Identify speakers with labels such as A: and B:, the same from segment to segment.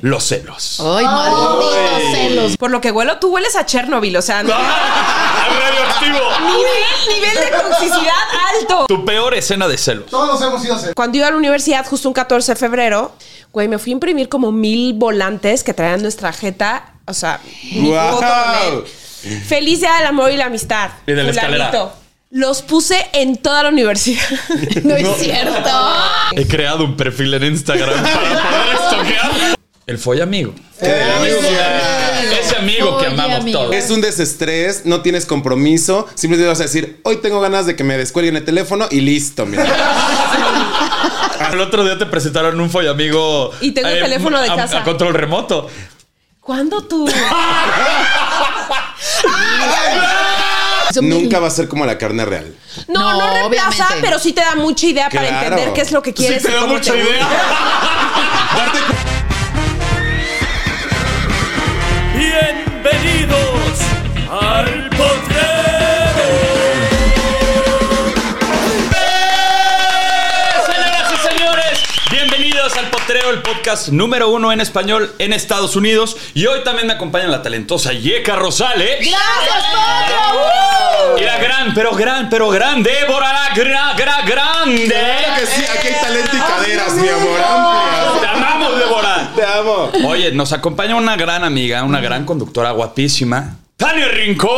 A: Los celos.
B: Ay, malditos celos.
C: Por lo que huelo, tú hueles a Chernobyl, o sea,
A: Ah,
C: nivel,
A: ¡Radioactivo!
C: nivel de toxicidad alto.
A: Tu peor escena de celos.
D: Todos hemos ido a hacer.
C: Cuando iba a la universidad, justo un 14 de febrero, güey, me fui a imprimir como mil volantes que traían nuestra jeta, o sea, mi
A: Guau.
C: foto con él. Feliz día del amor y la amistad.
A: Y de la
C: Fulanito.
A: escalera.
C: Los puse en toda la universidad.
B: No es cierto.
A: He creado un perfil en Instagram para poder estoquear. El folla amigo. Ese amigo que
B: Folla
A: amamos
B: amigo.
A: todos.
E: Es un desestrés, no tienes compromiso, simplemente vas a decir, hoy tengo ganas de que me descuelguen el teléfono y listo, mira.
A: Al otro día te presentaron un folla amigo. eh,
C: Y tengo el teléfono de
A: a-
C: casa.
A: A control remoto.
C: ¿Cuándo tú?
E: Nunca va a ser como la carne real.
C: No, no,
B: No,
C: reemplaza,
B: obviamente.
C: pero sí te da mucha idea para
E: Claro.
C: entender qué es lo que quieres. y cómo te gusta.
E: Darte cu-
A: Bienvenidos al potrero. Señoras y señores, bienvenidos al potrero, el podcast número uno en español en Estados Unidos. Y hoy también me acompaña la talentosa Yeka Rosales.
B: ¡Gracias, Potro!
A: Y la gran, pero gran, pero gran Débora, la gran, gran, grande.
E: Claro que sí, aquí hay talento y caderas, mi amor. amplias.
A: Te amamos, Débora.
E: Te amo.
A: Oye, nos acompaña una gran amiga, una gran conductora guapísima, Tania Rincón.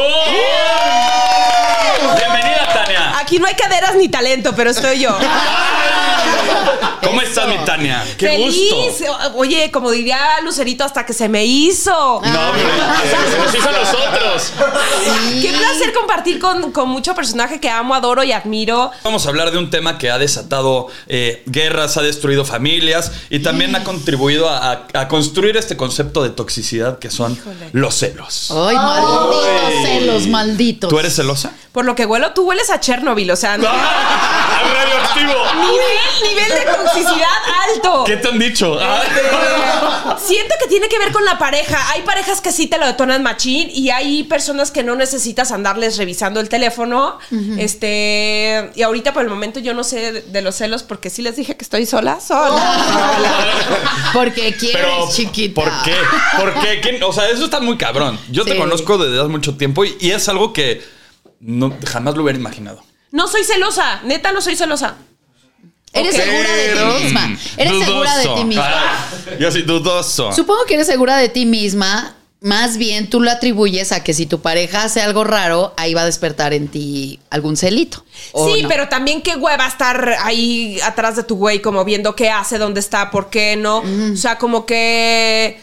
A: Bienvenida, Tania.
C: Aquí no hay caderas ni talento, pero estoy yo.
A: ¿Cómo estás, mi Tania? Qué
C: Feliz.
A: gusto.
C: O- Oye, como diría Lucerito, hasta que se me hizo.
A: No, eh, pues pero nos hizo a nosotros.
C: Qué placer compartir con, con mucho personaje que amo, adoro y admiro.
A: Vamos a hablar de un tema que ha desatado eh, guerras, ha destruido familias y también ha contribuido a, a- a construir este concepto de toxicidad que son los celos.
B: Ay, malditos celos, malditos.
A: ¿Tú eres celosa?
C: Por lo que huelo, tú hueles a Chernobyl, o sea,
A: radioactivo!
C: nivel, nivel de toxicidad alto.
A: ¿Qué te han dicho?
B: Este,
C: Siento que tiene que ver con la pareja. Hay parejas que sí te lo detonan machín y hay personas que no necesitas andarles revisando el teléfono. Este, y ahorita por el momento yo no sé de, de los celos porque sí les dije que estoy sola, sola.
A: Oh.
B: Porque quieres,
A: Ah. Pero,
B: chiquita.
A: ¿por qué? ¿Por qué? ¿Quién? O sea, eso está muy cabrón. Yo te
B: Sí.
A: conozco desde hace mucho tiempo y, y es algo que no, jamás lo hubiera imaginado.
C: No soy celosa, neta no soy celosa.
B: Eres
C: Ok.
B: segura de
A: Pero, mm,
B: ti misma. Eres
A: dudoso.
B: segura de ti misma.
A: Ah, yo sí, dudoso.
B: Supongo que eres segura de ti misma. Más bien tú lo atribuyes a que si tu pareja hace algo raro, ahí va a despertar en ti algún celito.
F: Oh,
B: ¿o
C: Sí,
B: no?
C: pero también qué hueva estar ahí atrás de tu güey, como viendo qué hace, dónde está, por qué no. O sea, como que.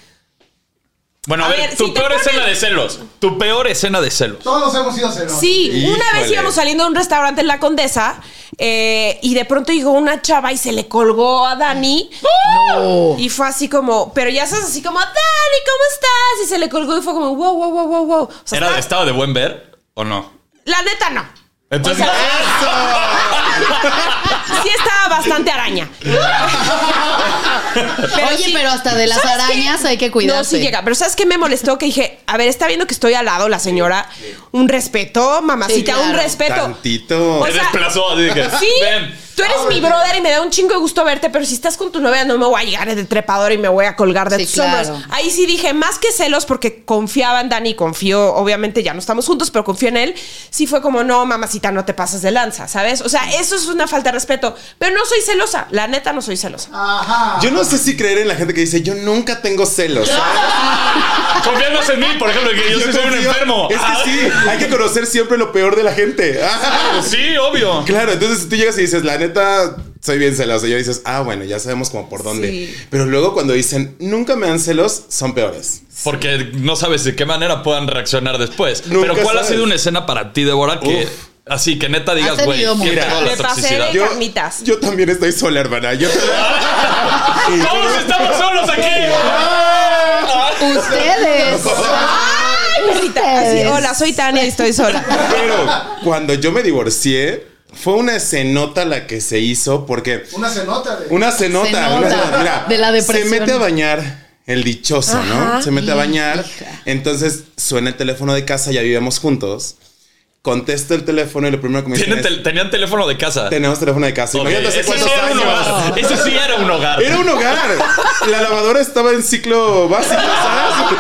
A: Bueno, a,
C: A
A: ver,
C: ver,
A: tu
C: si te
A: peor
C: ponen-
A: escena de celos. Tu peor escena de celos.
D: Todos hemos ido a hacer.
C: Sí, una vez
A: Híjole.
C: íbamos saliendo de un restaurante en la Condesa eh, y de pronto llegó una chava y se le colgó a Dani. Y fue así como, pero ya sabes, así como, Dani, ¿cómo estás? Y se le colgó y fue como, wow, wow, wow, wow, wow. O sea,
A: ¿Era de
C: estaba-
A: estado de buen ver o no?
C: La neta no.
A: Entonces,
C: Sí estaba bastante araña.
B: Oye,
C: sí-
B: pero hasta de las
C: ¿Sabes qué?
B: arañas hay que cuidarse.
C: No, sí llega. Pero ¿sabes qué me molestó? Que dije, a ver, está viendo que estoy al lado la señora. Un respeto, mamacita,
B: Sí, claro.
C: un respeto.
E: Tantito.
C: O sea,
A: te desplazó. Así de que,
C: Sí.
A: ven.
C: Tú eres mi brother y me da un chingo de gusto verte, pero si estás con tu novia no me voy a llegar de trepador y me voy a colgar de
B: Sí,
C: tus
B: claro.
C: hombros. Ahí sí dije, más que celos, porque confiaba en Dani, confío, obviamente ya no estamos juntos, pero confío en él. Sí fue como, no, mamacita, no te pases de lanza, ¿sabes? O sea, eso es una falta de respeto. Pero no soy celosa, la neta no soy celosa.
E: Yo no sé si creer en la gente que dice, yo nunca tengo celos.
A: Confiándose en mí, por ejemplo, que yo, sí soy un
E: confío-
A: enfermo.
E: Es
A: Ah,
E: que sí, hay que conocer siempre lo peor de la gente. Ah,
A: Sí, obvio.
E: Claro, entonces si tú llegas y dices, la neta, soy bien celoso. Y yo dices, ah, bueno, ya sabemos como por dónde.
C: Sí.
E: Pero luego cuando dicen, nunca me dan celos, son peores.
A: Porque no sabes de qué manera puedan reaccionar después.
E: Nunca
A: Pero ¿cuál ha
E: sabes.
A: sido una escena para ti, Débora, que
E: Uf.
A: así que neta digas,
B: Ha
A: güey,
B: tenido
A: qué
B: muchas.
A: pedo la
C: Me pasé de-
A: toxicidad?
C: Yo- Carnitas.
E: yo también estoy sola, hermana. Yo
A: Todos estamos solos aquí. Ah.
B: Ustedes.
C: Ay, perrita, así,
B: Ustedes.
C: hola, soy Tania y estoy sola.
E: Pero cuando yo me divorcié, fue una escenota la que se hizo porque
D: Una cenota de.
E: Una cenota.
B: Cenota.
E: una cenota. Mira,
B: De la depresión.
E: Se mete a bañar el dichoso,
C: Ajá.
E: ¿no? Se mete a bañar.
B: Hija.
E: Entonces suena el teléfono de casa, ya vivíamos juntos. Contesto el teléfono y lo primero que me
A: Tienen
E: dicen
A: tel-
E: es,
A: tenían teléfono de casa.
E: tenemos teléfono de casa.
A: Ok,
E: Imagínate hace
A: Ese sí
E: cuántos
A: era un
E: años.
A: hogar. Ese sí era un hogar.
E: Era un hogar. La lavadora estaba en ciclo básico, ¿sabes?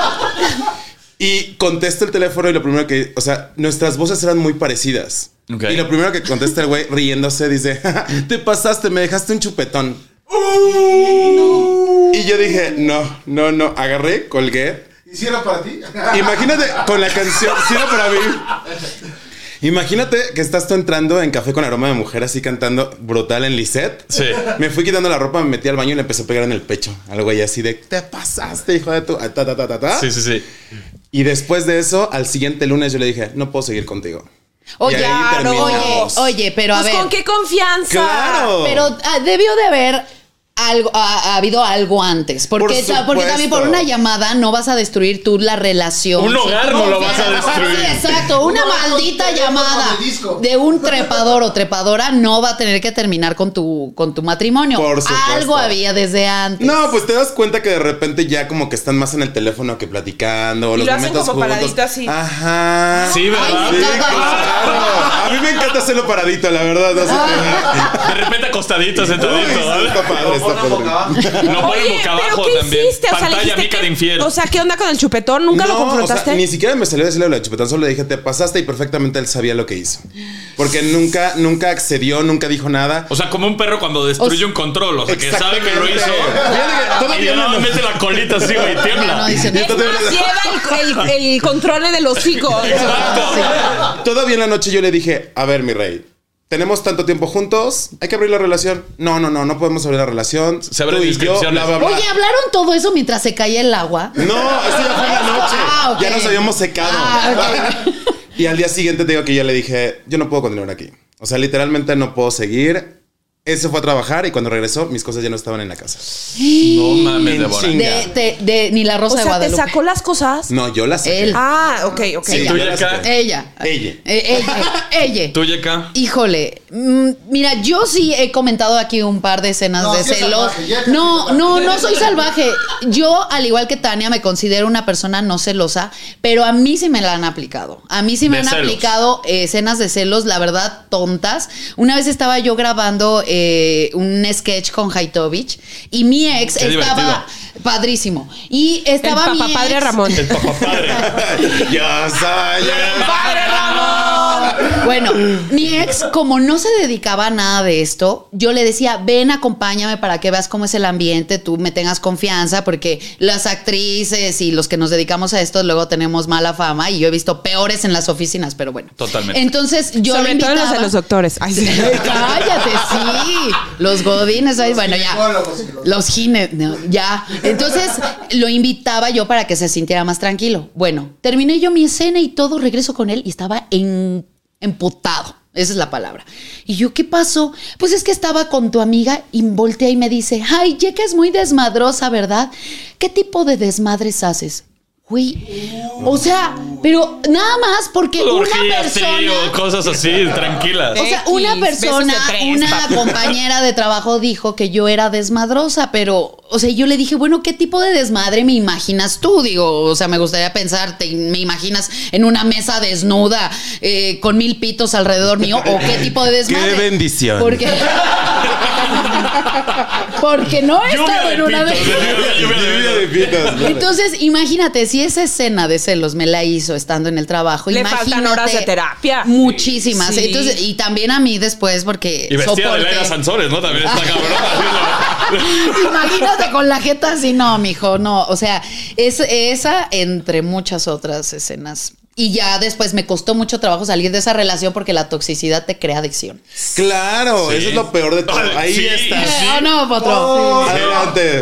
E: Y contesto el teléfono y lo primero que, o sea, nuestras voces eran muy parecidas.
A: Ok.
E: Y lo primero que contesta el güey riéndose dice, "Ja, ja, te pasaste, me dejaste un chupetón. Y yo dije, no, no, no, agarré, colgué.
D: ¿Hiciera para ti?
E: Imagínate con la canción, si era para mí. Imagínate que estás tú entrando en café con aroma de mujer así cantando brutal en Lisette.
A: Sí.
E: Me fui quitando la ropa, me metí al baño y le empecé a pegar en el pecho. Al güey así de, te pasaste, hijo de tu... Ah, ta, ta, ta, ta, ta".
A: Sí, sí, sí.
E: Y después de eso, al siguiente lunes yo le dije, no puedo seguir contigo.
B: Oye,
E: Y ahí
B: claro. oye,
E: terminamos.
B: oye, pero a
C: Pues,
B: ver.
C: ¿con qué confianza?
E: ¡Claro!
B: Pero ah, debió de haber algo, ha, ha habido algo antes. Porque,
E: Por
B: ta- porque también por
E: supuesto.
B: una llamada no vas a destruir tú la relación.
A: Un hogar no lo vas a destruir.
B: Sí, exacto. Una
D: Un hogar
B: maldita
D: con teléfono
B: llamada
D: de disco.
B: de un trepador o trepadora no va a tener que terminar con tu, con tu matrimonio.
E: Por supuesto.
B: Algo había desde antes.
E: No, pues te das cuenta que de repente ya como que están más en el teléfono que platicando.
C: Y
E: los
C: lo hacen
E: momentos
C: como
E: juntos.
C: paradito así.
E: Ajá.
A: Sí, ¿verdad?
B: Ay,
E: Sí,
B: me encanta.
E: claro. A mí me encanta hacerlo paradito, la verdad. No sé.
A: De repente acostadito,
E: Uy,
A: sentadito. ¿vale?
E: está padre, está padre.
A: No ponen boca abajo también.
C: O sea, le
A: Pantalla
C: dijiste
A: mica
C: que-
A: de infiel.
C: O sea, ¿qué onda con el chupetón? ¿Nunca
E: No,
C: lo
E: o sea,
C: confrontaste?
E: ni siquiera me salió a decirle lo de chupetón, solo le dije, te pasaste y perfectamente él sabía lo que hizo. Porque nunca, nunca accedió, nunca dijo nada.
A: O sea, como un perro cuando destruye un control, o sea, que sabe que lo hizo.
E: Fíjate que
A: Y
E: todavía
A: ya
E: no-
A: nada más mete la colita así, güey,
B: No,
A: tiembla.
B: dice,
E: Y
B: "Ven".
E: entonces-
C: Más lleva el, el, el control en el hocico.
A: Exacto.
E: Todavía en la noche yo le dije, a ver, mi rey, tenemos tanto tiempo juntos, hay que abrir la relación. No, no, no, no podemos abrir la relación.
A: Se abren
E: Tú y yo,
A: inscripciones.
E: bla, bla, bla.
B: Oye, ¿hablaron todo eso mientras se caía el agua?
E: No, eso ya fue en la noche.
B: Ah, ok.
E: Ya nos habíamos secado.
B: Ah,
E: y al día siguiente te digo que yo le dije, yo no puedo continuar aquí. O sea, literalmente no puedo seguir. Él se fue a trabajar y cuando regresó, mis cosas ya no estaban en la casa.
A: No mames,
E: En
A: Débora.
E: chinga.
B: De, de- de- ni
C: O
B: la rosa
C: sea,
B: de
C: ¿te
B: Guadalupe.
C: sacó las cosas?
E: No, yo las saqué.
B: Él.
C: Ah, ok, ok.
B: Sí,
A: ¿Tú,
E: ya la
A: Yeka?
E: saqué.
B: Ella.
E: Ella.
B: Eh, ella. ella.
A: ¿Tú, Yeka?
B: Híjole, mm, mira, yo sí he comentado aquí un par de escenas
D: No,
B: de
D: sí es
B: celos.
D: salvaje, ya eres
B: No,
D: salvaje.
B: no, no soy salvaje. Yo, al igual que Tania, me considero una persona no celosa, pero a mí sí me la han aplicado. A mí sí me
A: De
B: han
A: celos.
B: aplicado eh, escenas de celos, la verdad, tontas. Una vez estaba yo grabando eh, un sketch con Haitovich y mi ex
A: Qué
B: estaba padrísimo. Y estaba
C: el
B: mi
C: papá padre
B: ex-
C: Ramón.
A: El papá padre.
E: Yo soy el
C: ¡Padre Ramón!
B: Bueno, mi ex, como no se dedicaba a nada de esto, yo le decía, ven, acompáñame para que veas cómo es el ambiente, tú me tengas confianza, porque las actrices y los que nos dedicamos a esto luego tenemos mala fama y yo he visto peores en las oficinas, pero bueno.
A: Totalmente.
B: Entonces yo le
C: Sobre todo los de
B: invitaba-
C: los doctores. Ay, sí.
B: Ay, Cállate, sí. Los godines, ay, bueno, ya.
D: ginecólogos y los-
B: Los gine, no, ya. Entonces lo invitaba yo para que se sintiera más tranquilo. Bueno, terminé yo mi escena y todo, regreso con él y estaba en, emputado. Esa es la palabra. Y yo, ¿qué pasó? Pues es que estaba con tu amiga y voltea y me dice, ay, Yeka es muy desmadrosa, ¿verdad? ¿Qué tipo de desmadres haces? Güey, o sea, Pero nada más porque una
A: Orgías, sí,
B: persona.
A: o cosas así, tranquilas.
B: O sea, una
D: X,
B: persona,
D: besos de tres,
B: una
D: papá.
B: compañera de trabajo dijo que yo era desmadrosa, pero, o sea, yo le dije, bueno, ¿qué tipo de desmadre me imaginas tú? Digo, o sea, me gustaría pensar, te- ¿me imaginas en una mesa desnuda eh, con mil pitos alrededor mío? ¿O qué tipo de desmadre?
E: ¡Qué bendición!
B: Porque, porque no he estado en una
A: pitos,
B: de...
A: lluvia de
E: Lluvia de pitas, ¿no?
B: Entonces, imagínate, si esa escena de celos me la hizo estando en el trabajo,
C: Le
B: imagínate
C: faltan horas de terapia.
B: Muchísimas.
C: Sí.
B: Entonces, y también a mí después, porque.
A: Y vestida de
B: soporte.
A: Laila Sansores, ¿no? También está cabrón.
B: Imagínate con la jeta así, no, mijo, no. O sea, es esa entre muchas otras escenas. Y ya después me costó mucho trabajo salir de esa relación porque la toxicidad te crea adicción.
E: Claro, eso es lo peor de todo. Ahí
A: Sí,
E: está.
A: ¿Ah, sí.
B: ¿O Ah, no, Potro?
E: Oh, Adelante.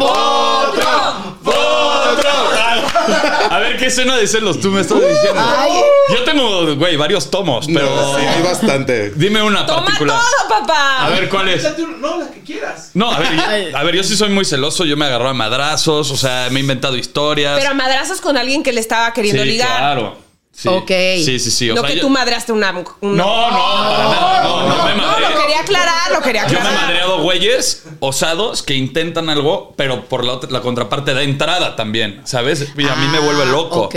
A: A ver, ¿qué escena de celos tú me estás diciendo?
B: Ay.
A: Yo tengo, güey, varios tomos, pero
E: No, sí, hay bastante.
A: dime una
C: Toma
A: particular.
C: todo, papá.
A: A ver, ¿cuál es?
G: No, la que quieras.
A: No, a ver, yo, a ver, yo sí soy muy celoso, yo me agarro a madrazos, o sea, me he inventado historias.
C: Pero a madrazos con alguien que le estaba queriendo
A: sí,
C: ligar.
A: claro. Sí.
B: Ok.
A: Sí, sí, sí. o
C: no
A: sea,
C: que
A: yo-
C: tú madraste una. una-
A: No, no, para nada, no, no, me
C: No,
A: madreo.
C: lo quería aclarar, lo quería
A: Yo me he
C: aclarar.
A: madreado güeyes osados que intentan algo, pero por la, otra- la contraparte da entrada también, ¿sabes? Y a mí me
B: Ah,
A: vuelve loco.
B: ok.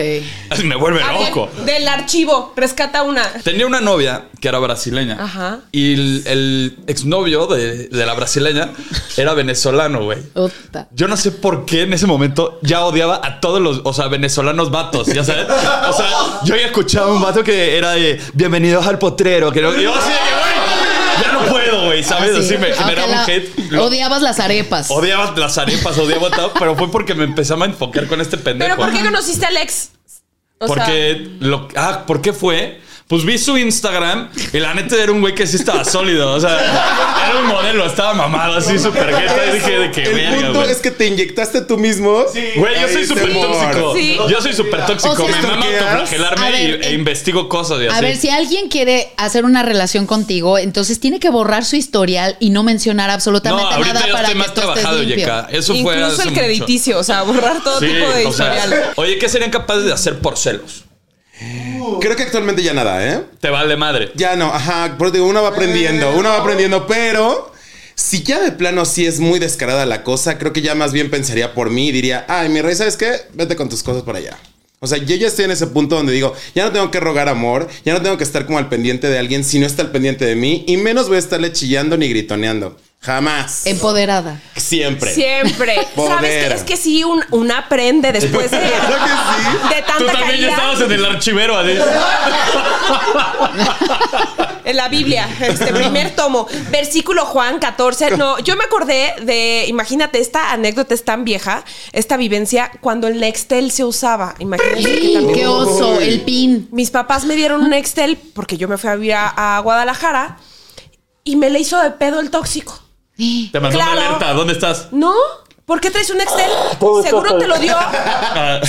A: Me vuelve
C: A ver,
A: loco.
C: del archivo, rescata una.
A: Tenía una novia que era brasileña.
C: Ajá.
A: Y el, el exnovio de, de la brasileña era venezolano, güey.
B: Uta.
A: Yo no sé por qué en ese momento ya odiaba a todos los, o sea, venezolanos vatos, ya sabes. O sea, yo ya escuchaba un vato que era de bienvenidos al potrero, que no, y yo así de que, güey, ya no puedo, güey, ¿sabes?
B: Ah, sí.
A: Así me generaba
B: Aunque la-
A: un hate. Lo-
B: Odiabas las arepas.
A: odiaba las arepas, odiaba todo, pero fue porque me empezaba a enfocar con este pendejo.
C: Pero ¿por qué conociste al ex? O sea,
A: Porque lo ah, ¿por qué fue? Pues vi su Instagram y la neta era un güey que sí estaba sólido. O sea, era un modelo, estaba mamado así, súper jeta. Y dije de que
E: El
A: verga,
E: punto
A: güey.
E: es que te inyectaste tú mismo.
A: Güey, yo soy
E: Ahí,
A: súper
E: temor.
A: tóxico.
C: Sí.
A: Yo soy súper tóxico.
B: O sea-
A: me mama
E: ¿Stalkeas?
B: A
A: autoflagelarme y-
B: ver,
A: e
B: eh,
A: investigo cosas y así.
B: A ver, si alguien quiere hacer una relación contigo, entonces tiene que borrar su historial y no mencionar
A: no,
B: absolutamente
A: ahorita
B: nada
A: yo
B: para
A: estoy
B: que
A: más
B: tú estés
A: trabajado,
B: limpio.
A: Yeka. Eso fue
C: incluso
A: hace
C: el
A: mucho.
C: crediticio, o sea, borrar todo
A: Sí,
C: tipo de
A: o sea,
C: historial.
A: oye, ¿qué serían capaces de hacer por celos?
E: Creo que actualmente ya nada, ¿eh?
A: Te vale madre.
E: Ya no, ajá. Pero digo, uno va aprendiendo, uno va aprendiendo, pero. Si ya de plano sí es muy descarada la cosa, creo que ya más bien pensaría por mí y diría, ay, mi rey, ¿sabes qué? Vete con tus cosas para allá. O sea, yo ya estoy en ese punto donde digo, ya no tengo que rogar amor, ya no tengo que estar como al pendiente de alguien si no está al pendiente de mí, y menos voy a estarle chillando ni gritoneando. Jamás.
B: Em Empoderada.
E: Siempre.
C: Siempre. ¿Sabes
E: Poder.
C: que Es que sí, un, un aprende después de, de
A: Tú
C: tanta
A: también ya
C: caída.
A: estabas en el archivero. así.
C: En la Biblia, este primer tomo, versículo Juan 14. No, yo me acordé de, imagínate, esta anécdota es tan vieja, esta vivencia, cuando el Nextel se usaba. Imagínate que también.
B: ¡Qué oso! El pin.
C: Mis papás me dieron un Nextel porque yo me fui a vivir a, a Guadalajara y me le hizo de pedo el tóxico.
A: Te mandó
C: Claro.
A: una alerta. ¿Dónde estás?
C: ¿No? ¿Por qué traes un Excel?
A: Ah,
C: Seguro te lo dio.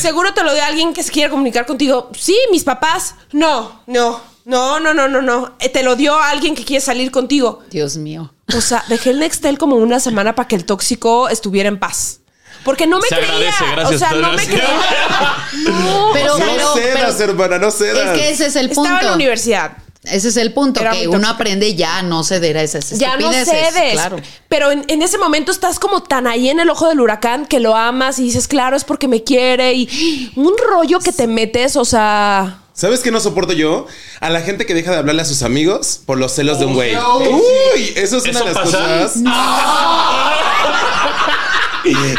C: Seguro te lo dio alguien que se quiera comunicar contigo. Sí, mis papás. No, no, no, no, no, no, no. Eh, Te lo dio alguien que quiere salir contigo.
B: Dios mío.
C: O sea, dejé el Nextel como una semana para que el tóxico estuviera en paz. Porque no me
A: Se
C: creía.
A: agradece, gracias.
C: o sea, no me
A: gracias.
C: creía. No.
B: Pero,
E: No
B: pero-
E: cedas,
B: pero-
E: hermana, no cedas.
B: es que ese es el punto.
C: Estaba en la universidad.
B: Ese es el punto,
C: Era muy
B: que uno
C: tóxica.
B: aprende ya a no ceder a esas
C: Ya no
B: estupideces.
C: cedes.
B: Claro.
C: Pero en, en ese momento estás como tan ahí en el ojo del huracán que lo amas y dices, claro, es porque me quiere. Y un rollo que te metes, o sea.
E: ¿Sabes qué no soporto yo? A la gente que deja de hablarle a sus amigos por los celos de un güey.
C: Oh,
E: Uy, eso es una
A: ¿Eso
E: de las
A: pasa?
E: cosas.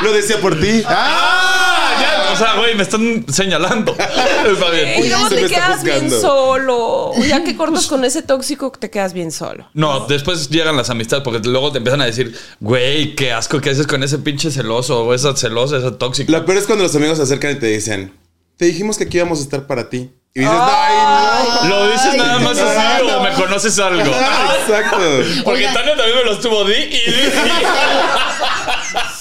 E: Lo decía por ti.
A: Ah, ya, o sea, güey, me están señalando. Está
C: Y
A: bien.
C: luego
E: se
C: te
E: me está
C: quedas bien
E: juzgando.
C: solo. Ya que cortas con ese tóxico, te quedas bien solo.
A: No, después llegan las amistades porque luego te empiezan a decir, güey, qué asco que haces con ese pinche celoso o esa celosa, esa tóxica.
E: Lo peor es cuando los amigos se acercan y te dicen, te dijimos que aquí íbamos a estar para ti. Y dices,
C: Ah.
E: ay, no.
A: Lo dices nada más así
E: no.
A: o me conoces algo.
E: Ah, Exacto.
A: Porque
B: Oiga.
A: Tania también me los tuvo di y di.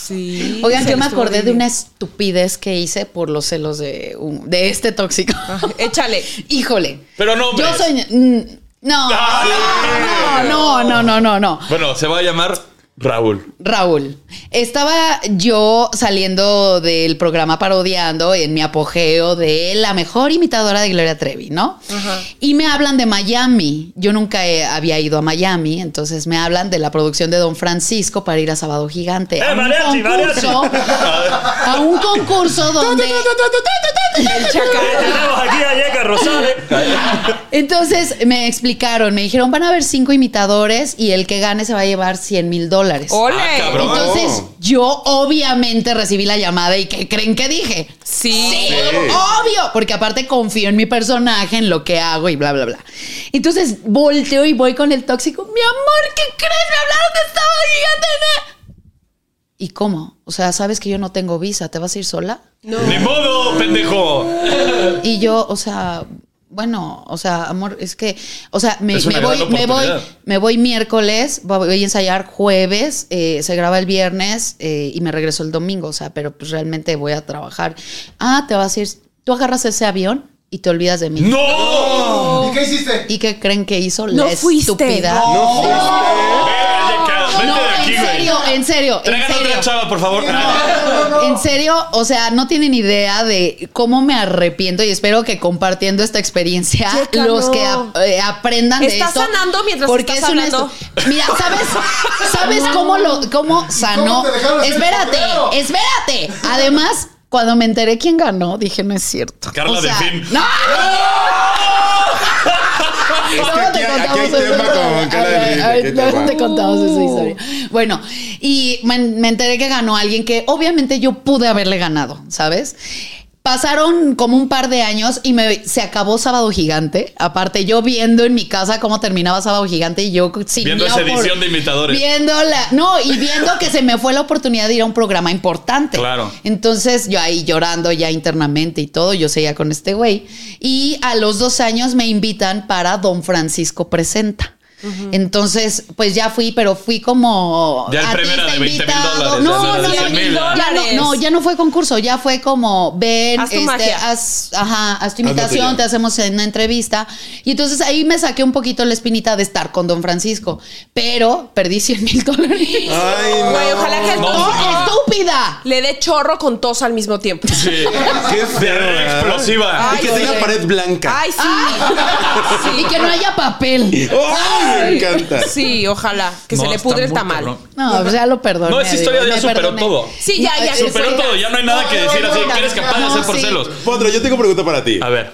C: Sí.
B: Oigan,
C: se
B: yo me
C: estuvo
B: acordé de
C: bien.
B: una estupidez que hice por los celos de, un- de este tóxico.
C: Échale.
B: Híjole.
A: Pero no,
B: Yo
A: ves.
B: soy. mm, No,
A: Ah,
B: no, no, no, no, no.
A: Bueno, se va a llamar Raúl.
B: Raúl, estaba yo saliendo del programa parodiando en mi apogeo de la mejor imitadora de Gloria Trevi, ¿no? Y me hablan de Miami. Yo nunca he- había ido a Miami, entonces me hablan de la producción de Don Francisco para ir a Sábado Gigante. a, un
A: Eh, mariachi, mariachi!
B: concurso, a un concurso donde... El chacal.
A: Tenemos aquí a Yeka Rosales.
B: Entonces me explicaron, me dijeron, van a haber cinco imitadores y el que gane se va a llevar 100 mil dólares.
C: ¡Ole!
A: Ah, cabrón.
B: Entonces, yo obviamente recibí la llamada y ¿qué creen que dije?
C: Sí.
B: Sí, obvio, porque aparte confío en mi personaje, en lo que hago y bla, bla, bla. Entonces, volteo y voy con el tóxico. Mi amor, ¿qué crees? Me hablaron de estaba gigante. ¿Y cómo? O sea, sabes que yo no tengo visa, ¿te vas a ir sola?
A: ¡Ni modo, pendejo!
B: Y yo, o sea, bueno, o sea, amor, es que, o sea, me,
A: Es una
B: me voy,
A: gran
B: me voy,
A: oportunidad.
B: me voy miércoles, voy a ensayar jueves, eh, se graba el viernes eh, y me regreso el domingo, o sea, pero pues realmente voy a trabajar. Ah, te vas a ir, tú agarras ese avión y te olvidas de mí.
A: ¡No!
D: ¿Y qué hiciste?
B: ¿Y qué creen que hizo
C: No
B: la
C: fuiste.
B: estúpida?
E: No,
A: Verga, Yeka, vete
B: No,
A: de aquí,
B: en serio,
A: güey.
B: en serio, en
A: Tráigate
B: serio.
A: otra chava, por favor.
B: En serio, o sea, no tienen idea de cómo me arrepiento y espero que compartiendo esta experiencia
C: Checa,
B: los
C: no.
B: que ap- eh, aprendan de
C: Estás
B: esto.
C: sanando mientras
B: porque
C: estás
B: es una
C: hablando.
B: estu- Mira, ¿sabes? ¿Sabes cómo lo cómo sanó?
D: te dejaron hacer
B: espérate,
D: el sombrero?
B: espérate. Además, cuando me enteré quién ganó, dije, no es cierto.
A: Carla Delfín.
B: ¡No!
E: es que
B: Luego
E: aquí, hay-
B: te
E: aquí
B: contamos
E: hay
B: esa
E: tema
B: historia.
E: con Carla
B: A ver,
E: del
B: a ver,
E: Río, ¿qué
B: luego
E: tema?
B: te contamos esa historia. Bueno, y me, me enteré que ganó alguien que obviamente yo pude haberle ganado, ¿sabes? Pasaron como un par de años y me, se acabó Sábado Gigante. Aparte, yo viendo en mi casa cómo terminaba Sábado Gigante y yo sin
A: Viendo
B: la
A: esa
B: opor-
A: edición de imitadores.
B: Viendo la. No, y viendo que se me fue la oportunidad de ir a un programa importante.
A: Claro.
B: Entonces yo ahí llorando ya internamente y todo, yo seguía con este güey. Y a los dos años me invitan para Don Francisco Presenta. Entonces, pues ya fui, pero fui como.
A: Ya el premio era de
B: artista
A: 20,000
B: invitado.
A: dólares,
B: No,
A: ya
B: no,
A: no era
B: no,
A: 100,000.
B: ya no, no, ya no fue concurso, ya fue como ven,
C: Haz tu
B: este,
C: magia.
B: haz- ajá, haz tu
E: Haz lo
B: invitación,
E: tuyo.
B: te hacemos en una entrevista. Y entonces ahí me saqué un poquito la espinita de estar con Don Francisco, pero perdí 100 mil dólares. ¡Oh,
E: Ay, no.
C: Güey, ojalá que el
A: No.
C: tos
B: ¡Estúpida!
C: le dé chorro con tos al mismo tiempo.
A: Sí.
E: Qué feo,
A: Verga
E: ¿verdad?
A: explosiva.
E: Y que tenga
C: güey.
E: pared blanca.
C: Ay, sí.
B: Y que no haya papel.
E: Ay, me encanta.
C: Sí, ojalá. Que se
A: No,
C: le
A: está
C: pudre el
A: muy
C: tamal.
A: cabrón.
B: No, pues ya lo perdoné.
A: No, esa historia
B: digo,
A: ya
B: me
A: superó
B: perdoné.
A: todo.
C: Sí, ya, ya.
B: Ay,
C: se
A: Superó
C: fue.
A: todo, ya no hay nada que decir así.
B: no,
A: Que eres capaz de
B: no,
A: hacer por
B: sí.
A: celos.
E: Potro, yo tengo pregunta para ti.
A: A ver.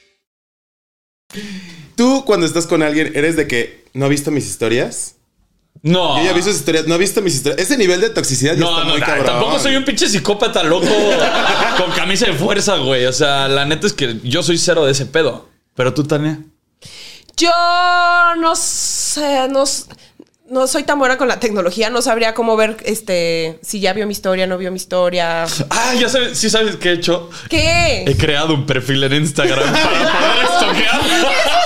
E: Tú, cuando estás con alguien, eres de que no ha visto mis historias.
A: No.
E: Yo ya he visto sus historias, no ha visto mis historias. Ese nivel de toxicidad ya
A: Ah. No,
E: está
A: no,
E: muy
A: no,
E: cabrón.
A: tampoco soy un pinche psicópata loco con camisa de fuerza, güey. O sea, la neta es que yo soy cero de ese pedo. Pero tú, Tania.
C: Yo no sé, no, s- no soy tan buena con la tecnología, no sabría cómo ver este si ya vio mi historia, no vio mi historia.
A: Ah, ya sabes, sí sabes qué he hecho. He
C: ¿Qué?
A: creado un perfil en Instagram para poder estoquear.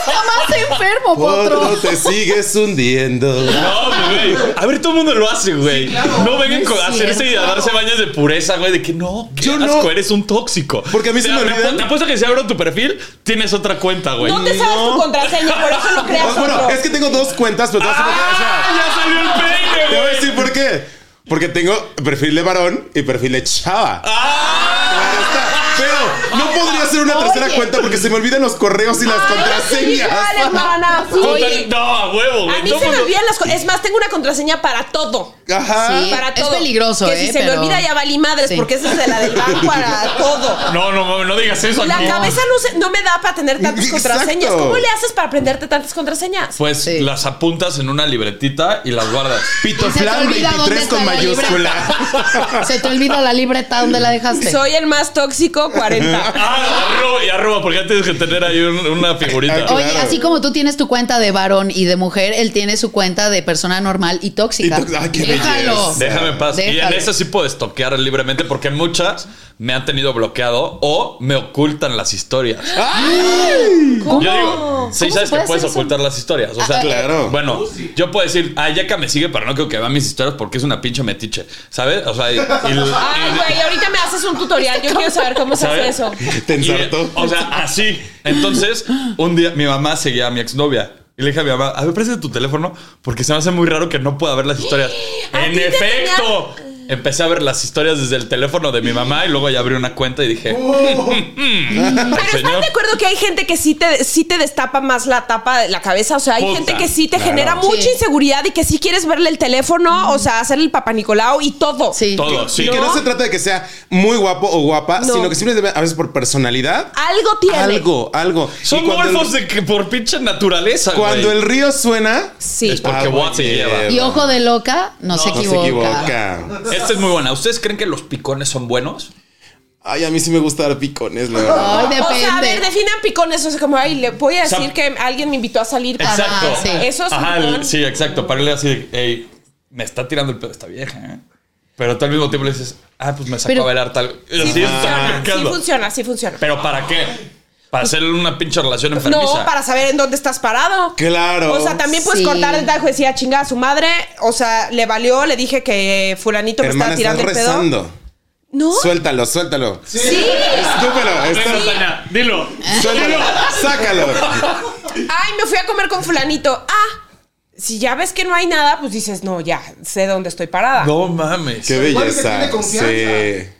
B: Está más enfermo,
E: Potro,
B: potro.
E: te sigues hundiendo.
A: No, güey. A ver, todo el mundo lo hace, güey. No vengan
B: No es
A: con- a hacerse y a
B: cierto.
A: darse baños de pureza, güey. De que no, qué
E: Yo
A: asco,
E: no.
A: eres un tóxico.
E: Porque a mí se me
A: olvida.
E: olvidan.
A: Te apuesto que si abro tu perfil, tienes otra cuenta, güey.
C: No te sabes tu
E: No.
C: contraseña, por eso lo creas.
E: Ah, bueno,
C: otro.
E: es que tengo dos cuentas, pero te voy a decir por qué, o
A: ¡Ah! ¡Ya
E: sea,
A: salió el peine,
E: te voy a
A: güey!
E: decir por qué. Porque tengo perfil de varón y perfil de chava.
A: ¡Ah!
E: está. Pero no podría ser una tercera
C: Oye.
E: cuenta porque se me olvidan los correos y las
B: Ah,
C: Ay, sí,
E: contraseñas.
C: igual, hermana, sí.
A: Contra- No, a huevo, güey.
C: A mí
A: Todo
C: se me
A: mundo-
C: olvidan las cosas. Es más, tengo una contraseña para todo.
E: Ajá.
B: Sí.
C: Para
B: es
C: todo.
B: peligroso,
C: Que si
B: eh,
C: se
B: pero-
C: me olvida ya valí madres,
B: Sí.
C: porque esa es de la del banco para todo.
A: No, no, mames, no digas eso
C: La
A: aquí.
C: cabeza no, se- no me da para tener tantas
E: Exacto.
C: contraseñas. ¿Cómo le haces para aprenderte tantas contraseñas?
A: Pues
B: Sí.
A: las apuntas en una libretita y las guardas.
E: Pito
B: Y se te
E: Flan
B: olvida dónde
E: 23 con
B: está la libreta.
E: mayúscula.
B: Se te olvida la libreta donde la dejaste.
C: Soy el más tóxico 40.
A: Ah, arroba, y arroba, porque antes tienes que tener ahí un- una figurita.
E: Ay,
B: Oye,
E: Claro.
B: así como tú tienes tu cuenta de varón y de mujer, él tiene su cuenta de persona normal y tóxica.
E: Y tóx- ¡Ay, qué
B: Déjalo.
E: belleza!
A: Déjame en paz. Y en
B: Déjalo.
A: eso sí puedo estoquear libremente porque muchas me han tenido bloqueado o me ocultan las historias.
F: ¿Cómo?
A: Yo digo,
F: ¿Cómo
A: sí, sabes
F: se
A: que
F: puede
A: puedes
F: hacer eso?
A: ocultar las historias. O sea,
E: Ah, claro.
A: Bueno, yo puedo decir, ah, Yaka me sigue, pero no creo que vea mis historias porque es una pinche metiche. ¿Sabes? O sea, y- y-
C: Ay, güey, ahorita me haces un tutorial. Yo quiero saber cómo se hace
A: ¿Sabes?
C: eso.
E: Te
A: Y,
E: ensartó.
A: o sea, así. Entonces, un día mi mamá seguía a mi exnovia. Y le dije a mi mamá, a ver, préstame tu teléfono porque se me hace muy raro que no pueda ver las historias.
C: ¿A ti
A: en
C: te
A: efecto, empecé a ver las historias desde el teléfono de mi mamá y luego ya abrí una cuenta y dije, "Mm,
C: Pero estás
A: señor.
C: de acuerdo que hay gente que sí te, sí te destapa más la tapa de la cabeza. O sea, hay
A: Puta,
C: gente que sí te
E: claro.
C: genera mucha
B: Sí.
C: inseguridad y que sí quieres verle el teléfono, o sea, hacerle el papá Nicolau y todo.
B: Sí.
A: todo, sí.
E: Y que no se trata de que sea muy guapo o guapa,
C: No.
E: sino que simplemente a veces por personalidad.
C: Algo tiene.
E: Algo, algo.
A: Son
E: Y cuando el-
A: golfos de que por pinche naturaleza.
E: Cuando
A: güey.
E: el río suena,
C: Sí.
A: Es porque
E: Ah,
A: Watt se
E: güey.
A: lleva.
B: Y ojo de loca, no, se,
E: no
B: equivoca.
E: se equivoca.
A: Esta es muy buena. ¿Ustedes creen que los picones son buenos?
E: Ay, a mí sí me gusta dar picones, la verdad.
B: Ay,
C: O sea, a ver,
B: depende.
C: definan picones. O sea, como, ay, le voy a
A: O sea,
C: decir que alguien me invitó a salir. para-
A: Exacto.
B: sí.
C: Eso es un
A: Ajá, el-
C: picón.
A: sí, exacto. Para él así, de, "Ey, me está tirando el pedo esta vieja. ¿eh?". Pero tú al mismo tiempo le dices, ah, pues me sacó
B: Pero-
A: a bailar tal. Sí,
C: funciona,
A: está
C: sí
A: picando.
C: funciona, sí funciona.
A: Pero ¿para qué? Para hacerle una pinche relación enfermiza.
C: No, para saber en dónde estás parado.
E: Claro.
C: O sea, también puedes
B: Sí.
C: cortar el tajo y decir, "Ah, chinga a su madre. O sea, le valió, le dije que fulanito me
E: Hermana,
C: estaba
E: estás
C: tirando el pedo.
E: rezando.
C: No.
E: Suéltalo, suéltalo.
C: Sí.
E: Estúpelo,
A: Venga,
E: está-
A: Tania, dilo.
E: suéltalo. Sácalo.
C: Ay, me fui a comer con fulanito. Ah. Si ya ves que no hay nada, pues dices, no, ya, sé dónde estoy parada.
A: No
C: No.
A: mames.
E: Qué
D: Igual que
E: belleza.
D: tiene confianza.
E: Sí.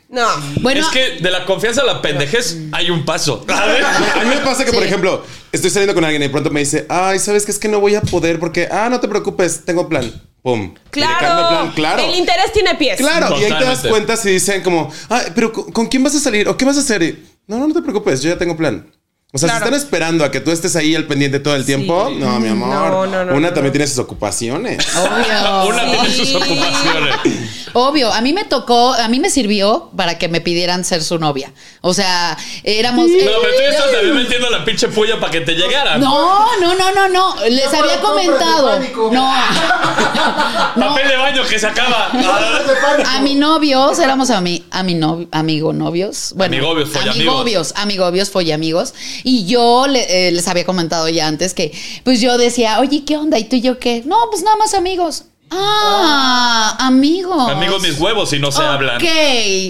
B: Bueno,
A: es que de la confianza a la pendejez hay un paso.
E: A mí me pasa que, por
B: Sí.
E: ejemplo, estoy saliendo con alguien y de pronto me dice, ay, ¿sabes qué? Es que no voy a poder porque, ah, no te preocupes, tengo plan. Pum. Y le cambio el
C: Claro.
E: plan, claro.
C: El interés tiene pies.
E: Claro, y ahí te das
A: Totalmente.
E: cuenta si dicen como, ah, pero ¿con con quién vas a salir? ¿O qué vas a hacer? Y, no, no, no te preocupes, yo ya tengo plan. O sea,
C: Claro.
E: si están esperando a que tú estés ahí al pendiente todo el tiempo, no, mi amor.
C: No, no, no,
E: Una
C: no,
E: también
C: no.
E: tiene sus ocupaciones.
B: obvio.
A: Una tiene sus ocupaciones.
B: Obvio, a mí me tocó, a mí me sirvió para que me pidieran ser su novia. O sea, éramos.
A: No, pero tú ya estás también metiendo la pinche puya para que te llegara.
B: No, no, no, no, no. Les
D: Cámara,
B: había
D: compras de
B: comentado.
D: pánico.
B: No. no.
A: Papel de baño que se acaba.
B: A mi novios, éramos a mi, a mi novio, amigo novios. Bueno,
A: Amigobios, follamigos.
B: Amigobios, amigobios, follamigos. Y yo le- eh, les había comentado ya antes que, pues yo decía, oye, ¿qué onda? ¿Y tú y yo qué? No, pues nada más amigos. Ah, amigos.
A: Amigos, mis huevos si no se hablan.
B: Ok,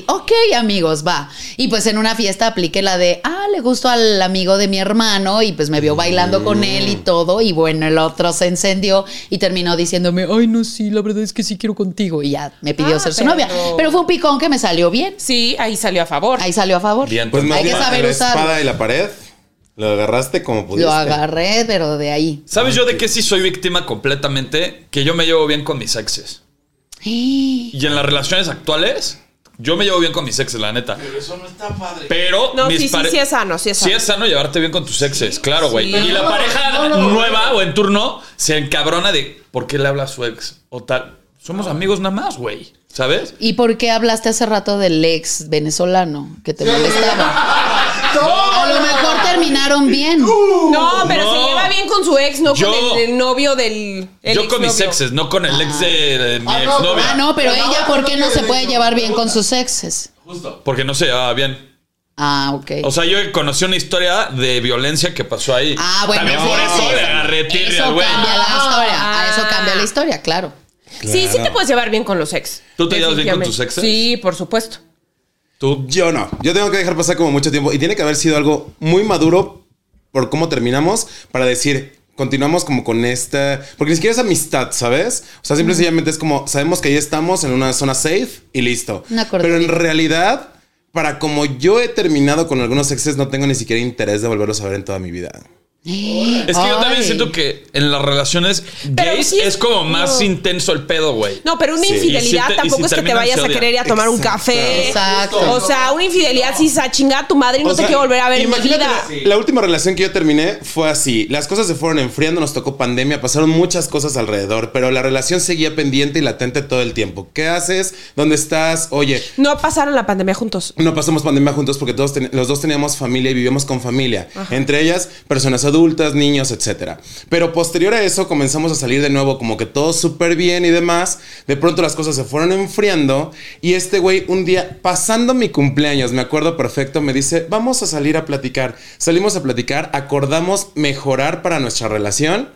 B: ok, amigos, va. Y pues en una fiesta apliqué la de, ah, le gustó al amigo de mi hermano y pues me vio bailando con él y todo. Y bueno, el otro se encendió y terminó diciéndome, ay, no, sí, la verdad es que sí quiero contigo. Y ya me pidió
C: Ah,
B: ser su
C: pero-
B: novia. Pero fue un picón que me salió bien.
C: Sí, ahí salió a favor.
B: Ahí salió a favor.
A: Bien,
E: Pues más
B: Hay que
E: bien,
B: saber
E: la
B: usarlo.
E: espada ¿eh? y la pared, lo agarraste como pudiste.
B: Lo agarré, pero de ahí.
A: ¿Sabes yo de qué sí soy víctima completamente? Que yo me llevo bien con mis exes. Y en las relaciones actuales, yo me llevo bien con mis exes, la neta. Pero eso no está padre. Pero
C: No,
A: mis
C: sí, sí,
A: pare-
C: sí es sano, sí es
A: Sí
C: sano.
A: es sano llevarte bien con tus exes, claro, güey.
C: Sí.
A: Y la
D: No,
A: pareja
D: no, no, no.
A: nueva o en turno se encabrona de por qué le habla a su ex o tal. Somos amigos nada más, güey. ¿Sabes?
B: ¿Y por qué hablaste hace rato del ex venezolano que te molestaba? A lo mejor terminaron bien.
C: No, pero
A: No.
C: se lleva bien con su ex, no
A: Yo-
C: con el, el novio del. el
A: yo con mis
C: exnovio.
A: exes, no con el ex de, de mi
D: Ah, no,
A: exnovia.
B: Ah, no, pero
D: Pero
B: ella,
D: ahora
B: ¿por
D: no
B: qué no
D: tiene
B: se puede
D: derecho.
B: llevar bien con sus exes?
A: Porque no se llevaba bien.
B: Ah, ok.
A: O sea, yo conocí una historia de violencia que pasó ahí.
B: ah, bueno.
A: También por
B: sí,
A: eso
B: sí,
A: le
B: sí.
A: agarré tirria al
B: Eso
A: güey.
B: cambia la historia.
C: Ah.
B: A eso cambia la historia, claro.
C: Sí, sí te puedes llevar bien con los ex.
A: ¿Tú te llevas bien con tus exes?
C: Sí, por supuesto.
A: Tú,
E: Yo no. Yo tengo que dejar pasar como mucho tiempo y tiene que haber sido algo muy maduro por cómo terminamos para decir continuamos como con esta, porque ni siquiera es amistad, ¿sabes? O sea, simple y sencillamente es como sabemos que ahí estamos en una zona safe y listo.
B: Una
E: Pero en
B: cordialidad.
E: realidad para como yo he terminado con algunos exes, no tengo ni siquiera interés de volverlos a ver en toda mi vida.
A: Es que yo también
B: Ay.
A: siento que en las relaciones
C: Pero
A: gays
C: sí es-
A: es como más
C: no.
A: intenso el pedo, güey.
C: No, pero una
A: Sí. Y si
C: infidelidad
A: te- y si
C: tampoco es que te
A: terminan,
C: vayas
A: se
C: a
A: odian.
C: querer ir a tomar un café.
B: Exacto.
C: O sea, una infidelidad si se chinga a tu madre y no
E: O
C: te
E: sea,
C: quiero volver a ver en mi
E: imagínate
C: vida.
E: la- La última relación que yo terminé fue así. Las cosas se fueron enfriando, nos tocó pandemia, pasaron muchas cosas alrededor, pero la relación seguía pendiente y latente todo el tiempo. ¿Qué haces? ¿Dónde estás? Oye,
C: No pasaron la pandemia juntos.
E: no pasamos pandemia juntos porque todos ten- los dos teníamos familia y vivíamos con familia. Entre ellas, personas adultas, niños, etc. Pero posterior a eso comenzamos a salir de nuevo como que todo súper bien y demás. De pronto las cosas se fueron enfriando y este güey un día, pasando mi cumpleaños, me acuerdo perfecto, me dice, vamos a salir a platicar. Salimos a platicar, acordamos mejorar para nuestra relación.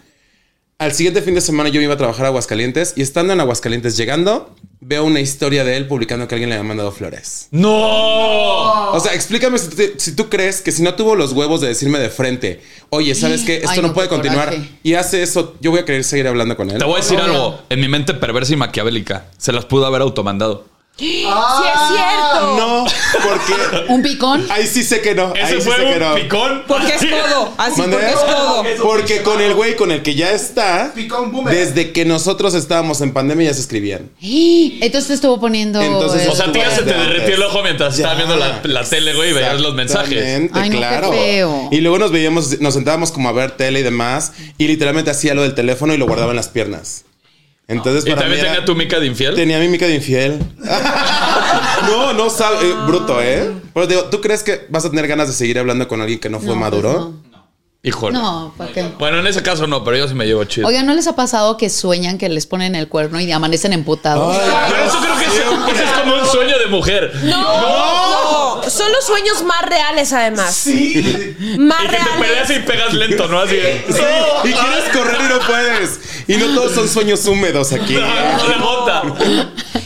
E: Al siguiente fin de semana yo me iba a trabajar a Aguascalientes y estando en Aguascalientes llegando, veo una historia de él publicando que alguien le había mandado flores.
A: ¡No!
B: Oh.
E: O sea, explícame si, te- si tú crees que si no tuvo los huevos de decirme de frente, oye, ¿sabes qué? Esto
B: Ay,
E: no,
B: no,
E: puede
B: qué
E: continuar
B: coraje.
E: y hace eso, yo voy a querer seguir hablando con él.
A: Te voy a decir
B: No, no.
A: algo. En mi mente perversa y maquiavélica, se las pudo haber automandado.
C: sí, es cierto.
E: No, porque
B: ¿Un picón?
A: Ah.
E: ahí sí sé que no. ahí sí sé que no.
A: picón.
C: Porque es codo. Así,
E: ¿Mandé?
C: porque es codo.
E: Porque con el güey con el que ya está,
D: Picón boomerang.
E: desde que nosotros estábamos en pandemia ya se escribían.
B: ¡Eh! Entonces te estuvo poniendo.
E: Entonces,
B: el-
A: O sea, a ti ya se te
E: Antes.
A: derretía el ojo mientras
E: Ya.
A: estabas viendo la, la tele, güey, y veías los mensajes.
E: Exactamente,
B: Ay, no, qué
E: claro.
B: feo.
E: Y luego nos veíamos, nos sentábamos como a ver tele y demás, y literalmente hacía lo del teléfono y lo guardaba en las piernas. Entonces,
A: Y
E: para mí
A: también
E: era-
A: tenía tu mica de infiel.
E: Tenía mímica de infiel. no, no sabe. eh, bruto, ¿eh? Pero digo, ¿tú crees que vas a tener ganas de seguir hablando con alguien que no fue
B: No,
E: maduro?
B: pues
A: Híjole.
B: no. No, ¿para qué?
A: Bueno, en ese caso no, pero yo Pues sí me llevo chido.
B: Oigan, ¿no les ha pasado que sueñan que les ponen el cuerno y amanecen emputados?
A: pero eso creo que es, eso es como un sueño de mujer.
C: No, no. Son los sueños más reales, además.
D: Sí.
C: Más
A: Y que te
C: reales.
A: peleas y pegas lento, ¿no? Así de-
E: Sí, y quieres correr y no puedes. Y no todos son sueños húmedos aquí. ¿eh?
A: No, la bota.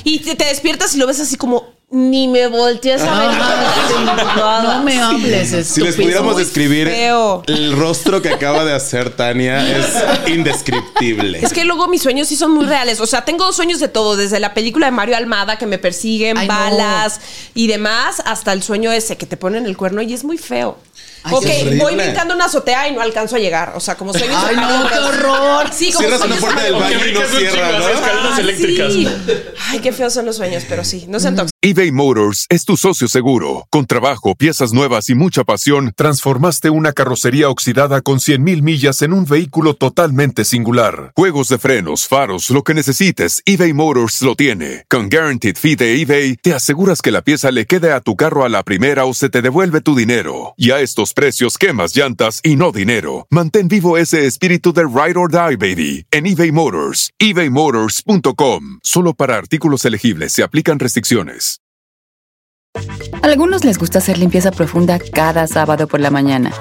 C: Y te, te despiertas y lo ves así como, ni me volteas a ver.
B: Ah, No me hables,
E: Si les
B: estúpido.
E: pudiéramos describir
C: feo.
E: el rostro que acaba de hacer Tania es indescriptible.
C: Es que luego mis sueños sí son muy reales. O sea, tengo sueños de todo, desde la película de Mario Almada que me persiguen,
B: Ay, no.
C: balas y demás, hasta el sueño ese que te ponen el cuerno y es muy feo.
B: Ay,
C: o
B: sí,
C: que
E: es horrible.
C: voy brincando una azotea y no alcanzo a llegar. O sea, como sueños.
B: Ay, no, qué horror.
C: Sí, como
E: Cierras la
C: sueños
E: puerta del
A: O que
E: baño y no
A: brincas un
E: cierra,
A: chingo,
E: ¿no?
A: así, escaleras
C: Ah,
A: eléctricas.
C: sí. Ay, qué feos son los sueños, pero sí, no
B: Mm.
C: sean tóxicos.
H: eBay Motors es tu socio seguro. Con trabajo, piezas nuevas y mucha pasión, transformaste una carrocería oxidada con 100.000 millas en un vehículo totalmente singular. Juegos de frenos, faros, lo que necesites, eBay Motors lo tiene. Con Guaranteed Fee de eBay, te aseguras que la pieza le quede a tu carro a la primera o se te devuelve tu dinero. Y a estos precios, quemas llantas y no dinero. Mantén vivo ese espíritu de Ride or Die, baby, en eBay Motors. ebaymotors.com. Solo para artículos elegibles se aplican restricciones.
F: Algunos les gusta hacer limpieza profunda cada sábado por la mañana.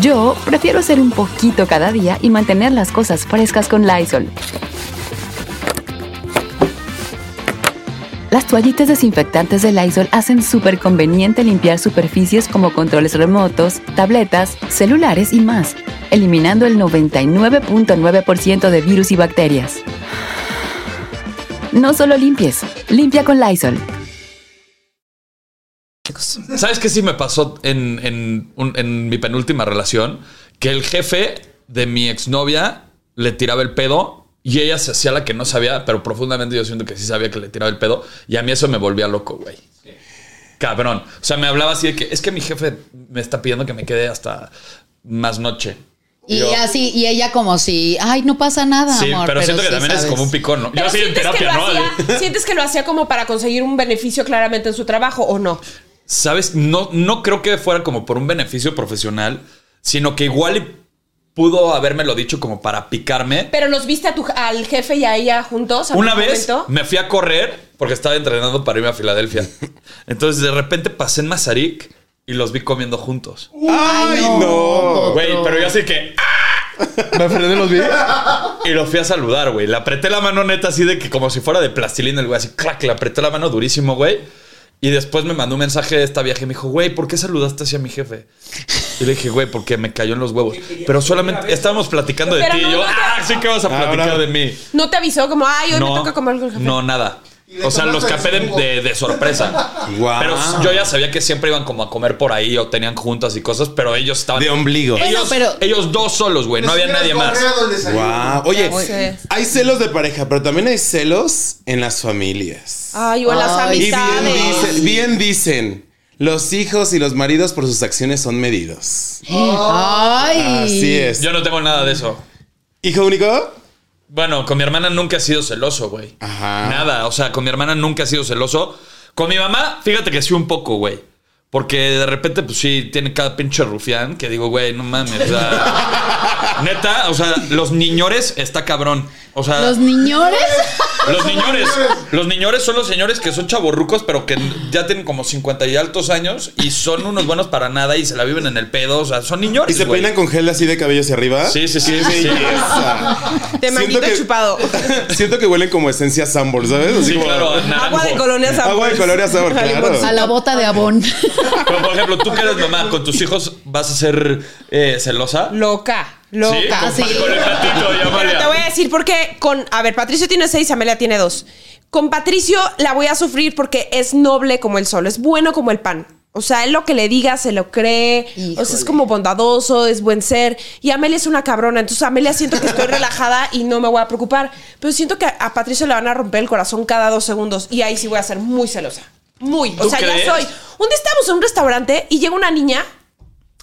F: Yo prefiero hacer un poquito cada día y mantener las cosas frescas con Lysol. Las toallitas desinfectantes de Lysol hacen súper conveniente limpiar superficies como controles remotos, tabletas, celulares y más, eliminando el 99.9% de virus y bacterias. No solo limpies, limpia con Lysol.
A: ¿Sabes qué sí me pasó en, en un- en mi penúltima relación? Que el jefe de mi exnovia le tiraba el pedo y ella se hacía la que no sabía, pero profundamente yo siento que sí sabía que le tiraba el pedo y a mí eso me volvía loco, güey. Cabrón. O sea, me hablaba así de que es que mi jefe me está pidiendo que me quede hasta más noche.
B: Y
A: Yo-
B: así, y ella como si, ay, no pasa nada,
A: Sí,
B: amor.
A: pero, siento que también
B: sabes.
A: es como un picón, ¿no? Yo
C: Pero
A: así en
C: sientes, que
A: terapia,
C: lo
A: ¿no?
C: hacía, sientes que lo hacía como para conseguir un beneficio claramente en su trabajo o no.
A: ¿Sabes? No, no creo que fuera como por un beneficio profesional, sino que igual y pudo habérmelo dicho como para picarme.
C: Pero los viste a tu, al jefe y a ella juntos.
A: Una
C: algún
A: vez
C: momento?
A: me fui a correr porque estaba entrenando para irme a Filadelfia. Entonces de repente pasé en Mazarik y los vi comiendo juntos.
E: ¡Ay, no!
A: Güey, pero yo así que... ¡ah! Me frené los vi y los fui a saludar, güey. Le apreté la mano neta así de que como si fuera de plastilina el güey. Así, clac, le apreté la mano durísimo, güey. Y después me mandó un mensaje de esta viaje y me dijo, güey, ¿por qué saludaste así a mi jefe? Y le dije, güey, porque me cayó en los huevos. Pero solamente estábamos platicando de
C: Pero
A: ti
C: no,
A: y yo,
C: no te-
A: ah, sí que vas a
E: Ahora-
A: platicar de mí.
C: No te avisó como, ay, hoy me toca comer con el jefe.
A: No, nada. O sea, los capé de, de- de sorpresa.
E: Guau.
A: Pero yo ya sabía que siempre iban como a comer por ahí o tenían juntas y cosas, pero ellos estaban.
E: De ombligo.
A: Ellos,
B: Bueno, pero-
A: ellos dos solos, güey. No había nadie más.
E: Guau. Oye,
C: Ya sé.
E: hay celos de pareja, pero también hay celos en las familias.
C: Ay, o en las
B: Ay,
E: Y bien
C: amistades.
E: dicen, bien dicen, los hijos y los maridos por sus acciones son medidos.
B: Ay.
E: Así es.
A: Yo no tengo nada de eso.
E: ¿Hijo único?
A: Bueno, con mi hermana nunca he sido celoso, güey.
E: Ajá.
A: Nada, o sea, con mi hermana nunca he sido celoso. Con mi mamá, fíjate que sí un poco, güey. Porque de repente, pues sí, tiene cada pinche rufián que digo, güey, no mames. o sea, neta, o sea, los niñores está cabrón. O sea,
B: Los niñores.
A: los niñores. Los niñores son los señores que son chaborrucos, pero que ya tienen como 50 y altos años y son unos buenos para nada y se la viven en el pedo. O sea, son niñores.
E: ¿Y se
A: güey.
E: peinan con gel así de cabello hacia arriba?
A: Sí, sí, sí, sí, sí.
E: Belleza.
C: De manguito chupado.
E: Siento que huelen como esencia Sambor, ¿sabes? Así
A: Sí,
E: como-
A: claro,
C: Agua de
A: naranjo.
C: colonias
E: Agua de color y sabor, claro.
B: A la bota de abón.
A: Pero, por ejemplo, tú que eres mamá, con tus hijos vas a ser eh, celosa.
C: Loca,
A: sí,
C: loca.
A: con,
B: sí.
A: con el platito y
C: Pero te voy a
A: Amalia.
C: decir porque con. A ver, Patricio tiene seis, Amelia tiene dos. Con Patricio la voy a sufrir porque es noble como el sol, es bueno como el pan. O sea, él lo que le diga se lo cree. O sea, es
B: Híjole.
C: como bondadoso, es buen ser. Y Amelia es una cabrona. Entonces, Amelia siento que estoy relajada y no me voy a preocupar. Pero siento que a Patricio le van a romper el corazón cada dos segundos. Y ahí sí voy a ser muy celosa. Muy. O
A: ¿Tú
C: sea,
A: crees?
C: ya soy. Un día estábamos en un restaurante y llega una niña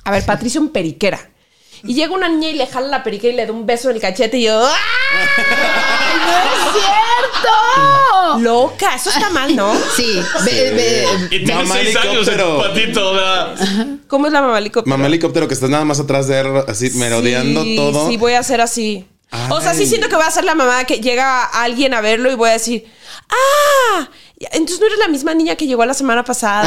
C: a ver, Patricio en periquera. Y llega una niña y le jala la periquera y le da un beso en el cachete y yo, ¡ah!
B: ¡Cierto!
C: ¡Loca! Eso está mal, ¿no?
B: Sí. Ve, ve-
A: Y tiene
E: Mamá
A: seis años el
E: helicóptero.
A: patito, ¿verdad?
C: ¿Cómo es la mamalico?
E: Mamá helicóptero que estás nada más atrás de él, así merodeando
C: Sí,
E: todo.
C: Sí, voy a hacer así. O sea, sí
E: Ay.
C: siento que voy a ser la mamá que llega a alguien a verlo y voy a decir, ¡ah! Entonces no eres la misma niña que llegó la semana pasada.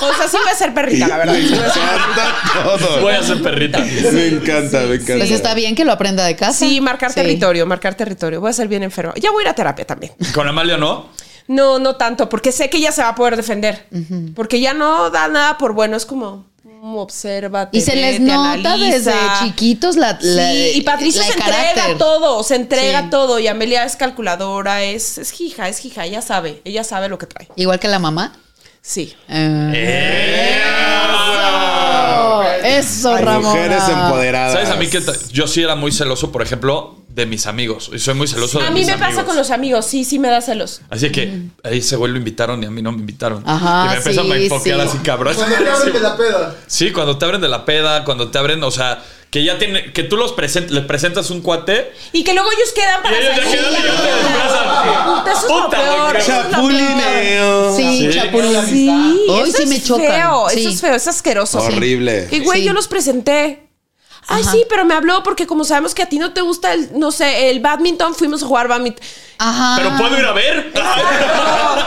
C: O sea, sí voy a ser perrita, la verdad.
E: Me encanta todo.
A: Voy a ser perrita.
E: Me encanta, me encanta.
B: Pues está bien que lo aprenda de casa.
C: Sí, marcar
B: Sí.
C: territorio, marcar territorio. Voy a ser bien enferma. Ya voy a ir a terapia también.
A: Con Amalia no.
C: No, no tanto, porque sé que ella se va a poder defender. Porque ya no da nada por bueno, es como "Mm, observa.
B: Y se les nota desde chiquitos la, la-
C: y Patricio
B: la
C: se
B: de
C: entrega
B: carácter.
C: todo, se entrega
B: Sí.
C: todo. Y Amelia es calculadora, es, es hija, es hija, ella sabe, ella sabe lo que trae.
B: Igual que la mamá.
C: Sí.
B: Ah. Eso,
E: Ay,
B: Ramón.
E: Mujeres empoderadas.
A: ¿Sabes a mí que yo sí era muy celoso, por ejemplo, de mis amigos? Y soy muy celoso de
C: A mí
A: mis
C: me pasa
A: amigos.
C: con los Mm. amigos, sí, sí me da celos.
A: Así que a ese güey lo invitaron y a mí no me invitaron.
B: Ajá,
A: y me empezó
B: sí,
A: a enfocar
B: sí.
A: así cabrón. Sí, cuando te abren de la peda, cuando te abren, o sea, que ya tiene, que tú los present- les presentas un cuate
C: Y que luego ellos quedan para
A: Y ellos ya
C: salir.
A: quedan y ya te desplazan.
C: Puta, eso es lo
A: Puta, güey, eh,
C: peor, eso es lo peor.
E: Chapulineo.
B: Sí, chapulín.
C: Sí,
B: Hoy
C: eso
B: sí
C: es
B: me chocan.
C: feo,
B: Sí.
C: eso es feo, es asqueroso.
E: Horrible.
A: Eh,
C: Y güey,
B: Sí.
C: yo los presenté. Ay, sí, pero me habló porque como sabemos que a ti no te gusta el, no sé, el badminton, fuimos a jugar badminton.
B: Ajá.
A: Pero
C: Ah.
A: puedo ir a ver.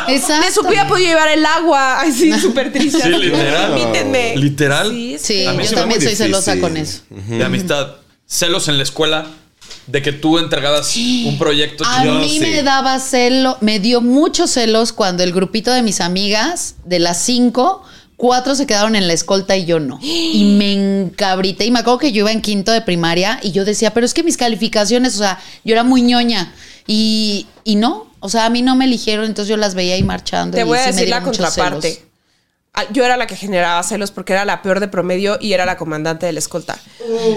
B: Exacto.
C: Me supiera podido llevar el agua. Ay, sí, súper triste.
A: Sí, literal.
C: Permítanme.
A: Literal.
C: Sí, es-
B: Sí,
A: A mí
B: yo
A: se me
E: hace muy
B: también soy
E: difícil.
B: celosa con eso.
A: De amistad. Celos en la escuela. De que tú entregabas un proyecto.
B: A
A: chido.
B: mí
E: sí.
B: me daba celo, me dio muchos celos cuando el grupito de mis amigas, de las cinco, cuatro se quedaron en la escolta y yo no. Y me encabrité. Y me acuerdo que yo iba en quinto de primaria y yo decía, pero es que mis calificaciones, o sea, yo era muy ñoña. Y, y no, o sea, a mí no me eligieron, entonces yo las veía ahí marchando.
C: Te
B: y
C: voy a
B: sí me
C: decir
B: dio
C: la
B: muchos celos.
C: contraparte. Ah, Yo era la que generaba celos porque era la peor de promedio y era la comandante de la escolta.
A: Eso.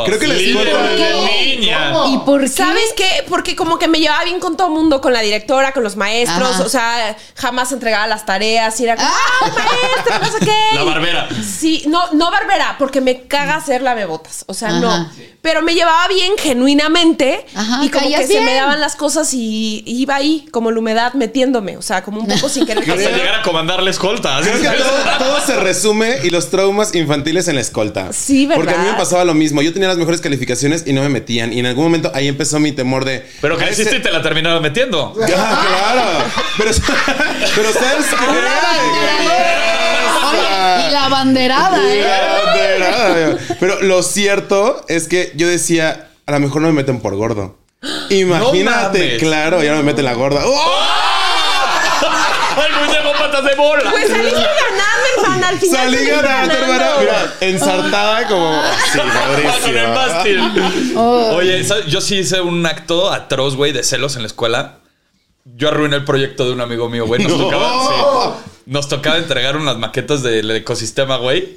E: Ay, creo que la
A: Líder
E: escuela-
A: de niña.
B: ¿Y por qué?
C: ¿Sabes qué? Porque como que me llevaba bien con todo el mundo, con la directora, con los maestros,
B: Ajá.
C: o sea, jamás entregaba las tareas y era como, ¡ah, maestra, no sé qué!
A: La barbera.
C: Sí, no, no barbera, porque me caga hacer la bebotas, o sea,
B: Ajá.
C: no. Pero me llevaba bien genuinamente
B: Ajá,
C: y como que
B: caías
C: se me
B: bien.
C: daban las cosas y iba ahí, como la humedad metiéndome, o sea, como un poco sin querer.
A: Hasta llegar a comandar la escolta.
E: Creo que todo, todo se resume y los traumas infantiles en la escolta.
C: Sí, ¿verdad?
E: Porque a mí me pasaba lo mismo. Yo tenía las mejores calificaciones y no me metían. Y en algún momento ahí empezó mi temor de.
A: Pero que
E: "Ah,
A: hiciste
E: ese-
A: y te la terminaron metiendo.
E: Ah, claro. Pero, pero ¿sabes qué?
B: Oye, y la banderada, ¿eh?
E: Banderada, Pero lo cierto es que yo decía, a lo mejor no me meten por gordo. Imagínate,
A: mames.
E: claro, ya no me meten la gorda. ¡Oh!
A: ¡Ay, me llevo patas de bola!
C: Pues saliste ganando, hermana, al final.
E: Salí
C: saliste
E: ganando, hermana.
C: ganando.
E: Mira, ensartada como. Sí,
A: Con el Oh.
E: madrísima.
A: mástil. Oye, ¿sabes? yo sí hice un acto atroz, güey, de celos en la escuela. yo arruiné el proyecto de un amigo mío, güey. Nos, tocaba, sí. Nos tocaba entregar unas maquetas del ecosistema, güey.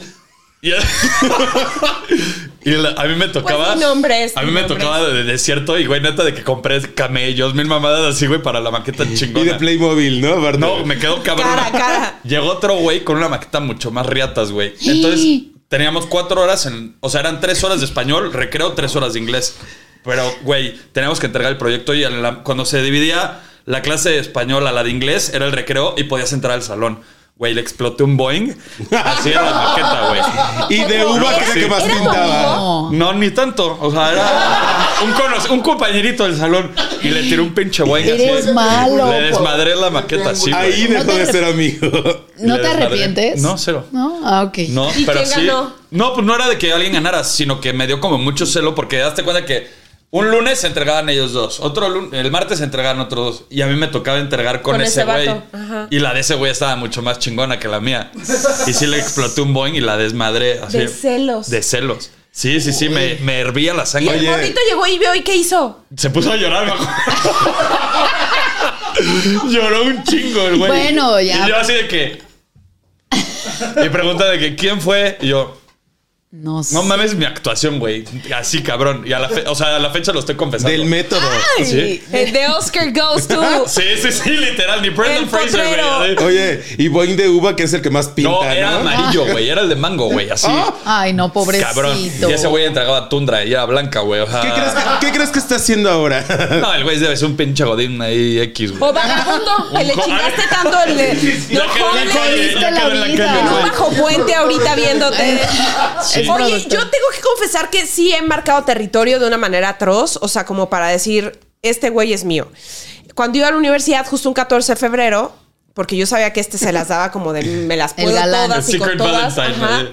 A: Y, y la- a mí me tocaba.
C: Pues, ni nombres,
A: a mí
C: ni
A: me
C: nombres.
A: tocaba de desierto y, güey, neta, de que compré camellos, mil mamadas así, güey, para la maqueta chingona.
E: Y de Playmobil, ¿no? Aparte.
A: No, me quedo cabrón.
C: Cara, cara.
A: Llegó otro güey con una maqueta mucho más riatas, güey. Entonces teníamos cuatro horas en. O sea, eran tres horas de español, recreo, tres horas de inglés. Pero, güey, teníamos que entregar el proyecto y en la- cuando se dividía la clase de español a la de inglés, era el recreo y podías entrar al salón. Güey, le exploté un Boeing. Así era la maqueta, güey.
E: Y de uva que era que más
C: ¿Era tu
E: pintaba.
C: amigo?
B: No.
A: No, ni tanto. O sea, era un, cono- un compañerito del salón y le tiró un pinche Boeing así.
B: Eres malo, pues.
A: Le
B: po-
A: desmadré la maqueta así, güey.
E: Ahí dejó
B: te
E: de
B: arrep-
E: ser amigo.
B: ¿No
A: le
B: te
A: desmadré.
B: arrepientes?
A: No, cero.
B: No, ah, ok.
A: No,
C: ¿Y
A: pero
C: quién
A: sí.
C: ganó?
A: No, pues no era de que alguien ganara, sino que me dio como mucho celo porque daste cuenta que un lunes se entregaban ellos dos, otro lun- el martes se entregaban otros dos y a mí me tocaba entregar con,
C: Con
A: ese
C: ese
A: güey.
C: vato, ajá.
A: Y la de ese güey estaba mucho más chingona que la mía. Y sí le exploté un Boeing y la desmadré así.
C: De celos.
A: De celos. Sí, sí, sí, me, me hervía la
C: Y
A: sangre.
C: el morrito llegó y vio y qué hizo.
A: Se puso a llorar, me acuerdo. Lloró un chingo el güey.
B: Bueno, ya.
A: Y yo así de que. Y pregunta de que quién fue. Y yo,
B: No sé.
A: no mames mi actuación, güey. Así cabrón. Y a la fe- o sea, a la fecha lo estoy confesando. Pues
E: Del método.
A: Sí.
C: El de Oscar Goes to.
A: Sí, sí, sí, literal. Ni Brendan
C: El
A: Fraser, güey.
C: potrero.
E: Oye, y Boeing de uva que es el que más pinta,
A: No,
E: ¿no? Ah.
A: era amarillo, güey. Era el de mango, güey. Así.
B: Ay, no, pobrecito.
A: Cabrón. Y ese güey entregaba tundra y era blanca, güey. O sea,
E: ¿Qué, crees que, qué crees que está haciendo ahora?
A: No, el güey debe ser un pinche godín ahí X,
C: O
A: güey.
C: vagabundo, que le
A: Un jo-
C: chingaste tanto el de.
A: Ya quedó en la calle,
C: homeless,
A: ya
B: la
A: quedó en la
B: vida.
A: calle,
C: en un
A: güey.
C: bajo puente ahorita viéndote.
B: Sí.
C: Oye,
B: Productor.
C: yo tengo que confesar que sí he marcado territorio de una manera atroz, o sea, como para decir, este güey es mío. Cuando iba a la universidad, justo un 14 de febrero, porque yo sabía que este se las daba como de me las
B: El
C: puedo
B: galán.
C: todas y con
A: Secret
C: todas.
A: Valentine,
C: Ajá.
A: güey.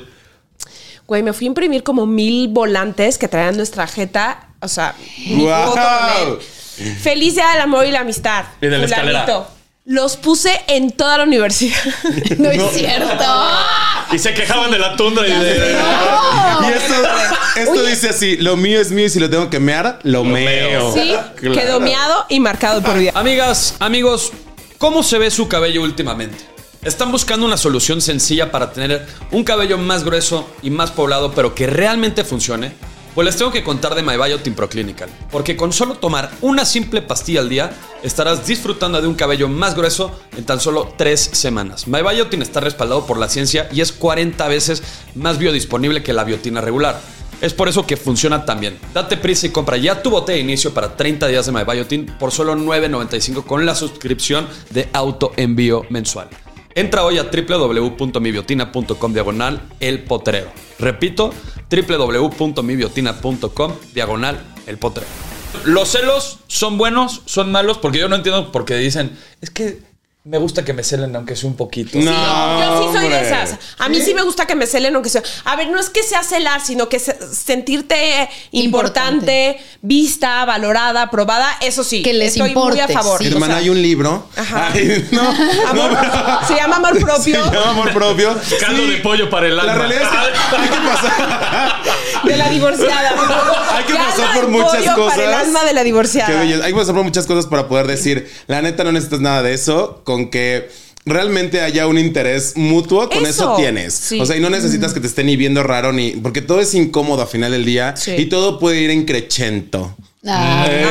C: Güey, me fui a imprimir como mil volantes que traían nuestra jeta. O sea, mi
E: Guau.
C: foto con él. Feliz día del amor y la amistad.
A: Y de la
C: fulanito.
A: escalera.
C: Los puse en toda la universidad.
B: No es cierto.
A: Y se quejaban de la tundra y de.
E: Y esto, esto dice así: lo mío es mío y si lo tengo que mear, lo, meo.
C: Sí,
E: Claro.
C: quedó meado y marcado por vida.
A: Amigas, amigos, ¿cómo se ve su cabello últimamente? ¿Están buscando una solución sencilla para tener un cabello más grueso y más poblado, pero que realmente funcione? Pues les tengo que contar de MyBiotin Proclinical, porque con solo tomar una simple pastilla al día estarás disfrutando de un cabello más grueso en tan solo tres semanas. MyBiotin está respaldado por la ciencia y es 40 veces más biodisponible que la biotina regular. Es por eso que funciona tan bien. Date prisa y compra ya tu bote de inicio para 30 días de MyBiotin por solo $9.95 con la suscripción de autoenvío mensual. Entra hoy a www.mibiotina.com diagonal el potrero. Repito, www.mibiotina.com diagonal el potrero. Los celos son buenos, son malos, porque yo no entiendo por qué dicen, es que me gusta que me celen aunque sea un poquito.
E: No,
C: yo sí soy de
E: hombre.
C: esas. A mí sí me gusta que me celen, aunque sea. A ver, no es que sea celar, sino que se- sentirte importante, vista, valorada, aprobada. Eso sí,
B: Que les
C: estoy muy a
B: importe,
C: favor.
B: sí.
C: O
E: Hermana,
C: sea,
E: hay un libro.
C: Ajá.
E: Ay, no, no,
C: amor-
E: pero-
C: se llama amor
E: Se
C: propio
E: llama amor propio.
A: Caldo
E: Sí,
A: de pollo para el alma.
E: La realidad es que hay que pasar.
C: de la divorciada.
E: Hay que
C: Ya
E: pasar
C: no
E: por
C: hay
E: muchas
C: pollo
E: cosas.
C: Para el alma de la
E: Qué
C: divorciada.
E: belleza. Hay que pasar por muchas cosas para poder decir, la neta no necesitas nada de eso, con que realmente haya un interés mutuo, con eso,
C: Eso.
E: tienes.
C: Sí. Mm.
E: O sea, y no necesitas que te estén ni viendo raro ni porque todo es incómodo a final del día
C: Sí.
E: y todo puede ir en crescendo.
B: Ah,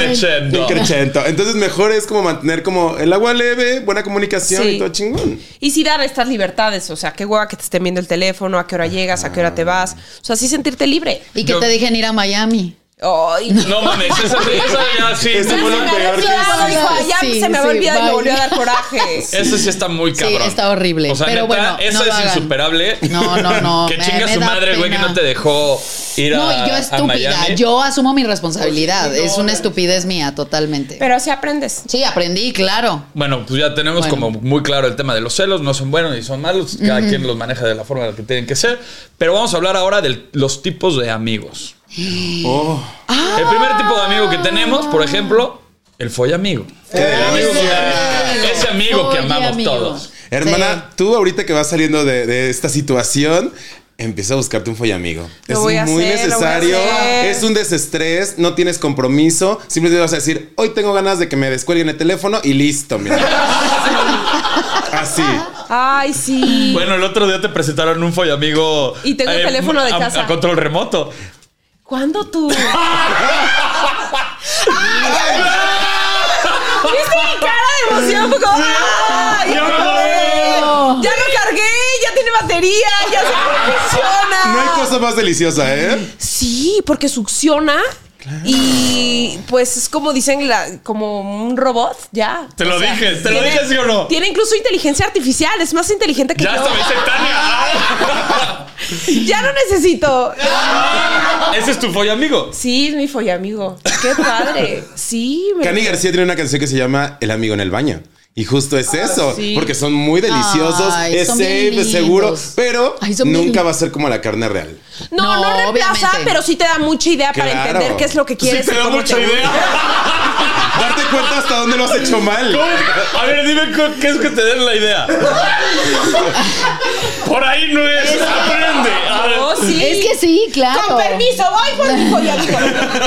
E: En crescendo. Entonces mejor es como mantener como el agua leve, buena comunicación
C: Sí.
E: y todo chingón.
C: Y sí dar estas libertades, o sea, qué hueva que te estén viendo el teléfono, a qué hora llegas, a qué
E: Ah.
C: hora te vas. O sea, sí sentirte libre.
B: Y que
A: Yo-
B: te dejen ir a Miami.
C: Ay,
A: No mames, esa, esa ya sí.
E: Eso fue lo
C: Ya se me
E: peor
C: había
E: que
C: olvidado,
B: hiciste.
C: dijo, Ya
B: Sí,
C: se me había
B: sí,
C: olvidado y
B: bye.
C: me volvió a dar coraje.
A: Eso sí está muy
B: Sí,
A: cabrón.
B: está horrible,
A: O sea,
B: pero
A: neta,
B: bueno,
A: eso
B: no lo
A: es
B: hagan.
A: insuperable.
B: No, no, no,
A: que
B: me-
A: chinga
B: me
A: su
B: da
A: madre, güey, que
B: pena.
A: no te dejó ir a.
B: No, y yo
A: a
B: estúpida.
A: Miami.
B: Yo asumo mi responsabilidad. es una estupidez mía, totalmente.
C: Pero así aprendes.
B: sí, aprendí, claro.
A: Bueno, pues ya tenemos
B: Bueno.
A: como muy claro el tema de los celos, no son buenos ni son malos, cada quien los maneja de la forma en la que tienen que ser, pero vamos a hablar ahora de los tipos de amigos.
E: Oh.
A: El primer tipo de amigo que
B: Ah.
A: tenemos, por ejemplo, el follamigo.
E: El amigo que-
A: Ese amigo que amamos todos.
E: Hermana, tú ahorita que vas saliendo de, de esta situación, Empieza a buscarte un follamigo.
C: Lo
E: es
C: voy a
E: muy
C: hacer, lo voy a
E: necesario.
C: hacer.
E: Es un desestrés, no tienes compromiso. Simplemente vas a decir, hoy tengo ganas de que me descuelguen el teléfono y listo, mira. Así.
C: Ay, sí.
A: Bueno, el otro día te presentaron un follamigo.
C: Y tengo el teléfono de
A: a-
C: casa.
A: A control remoto.
C: ¿Cuándo tú? ¡Ay! ¿Viste mi cara de emoción? Fue como, ¡ay!
A: ¡Ya
C: ¡Ya
A: me
C: lo cargué! ¡Ya tiene batería! ¡Ya sé que funciona!
E: No hay cosa más deliciosa, ¿eh?
C: Sí, porque succiona. Y pues es como dicen, la- como un robot, ya.
A: Te lo dije, te lo dije, ¿sí o no?
C: Tiene incluso inteligencia artificial, es más inteligente que
A: Ya
C: yo.
A: hasta me dice Tania.
C: Ya no necesito.
A: ¡Ah! Ese es tu follamigo.
C: Sí, es mi follamigo. Qué padre. Sí, me
E: Cani García tiene una canción que se llama El amigo en el baño. Y justo es eso,
C: Ah, sí.
E: porque son muy deliciosos,
B: Ay,
E: es
B: son
E: safe,
B: bien
E: es seguro,
B: lindos.
E: pero
B: Ay, son bien
E: nunca
B: lindos.
E: va a ser como la carne real.
C: No, no,
B: No,
C: reemplaza,
B: obviamente.
C: pero sí te da mucha idea para
E: Claro.
C: entender qué es lo que quieres.
A: Sí, te
C: y
A: da
C: cómo
A: mucha
C: te gusta.
A: idea.
E: Darte cuenta hasta dónde lo has hecho mal.
A: ¿Cómo? A ver, dime co- qué es que te den la idea. Por ahí no es. Aprende. A ver.
C: No, sí.
B: Es que sí, claro.
C: Con permiso, voy por mi follamigo.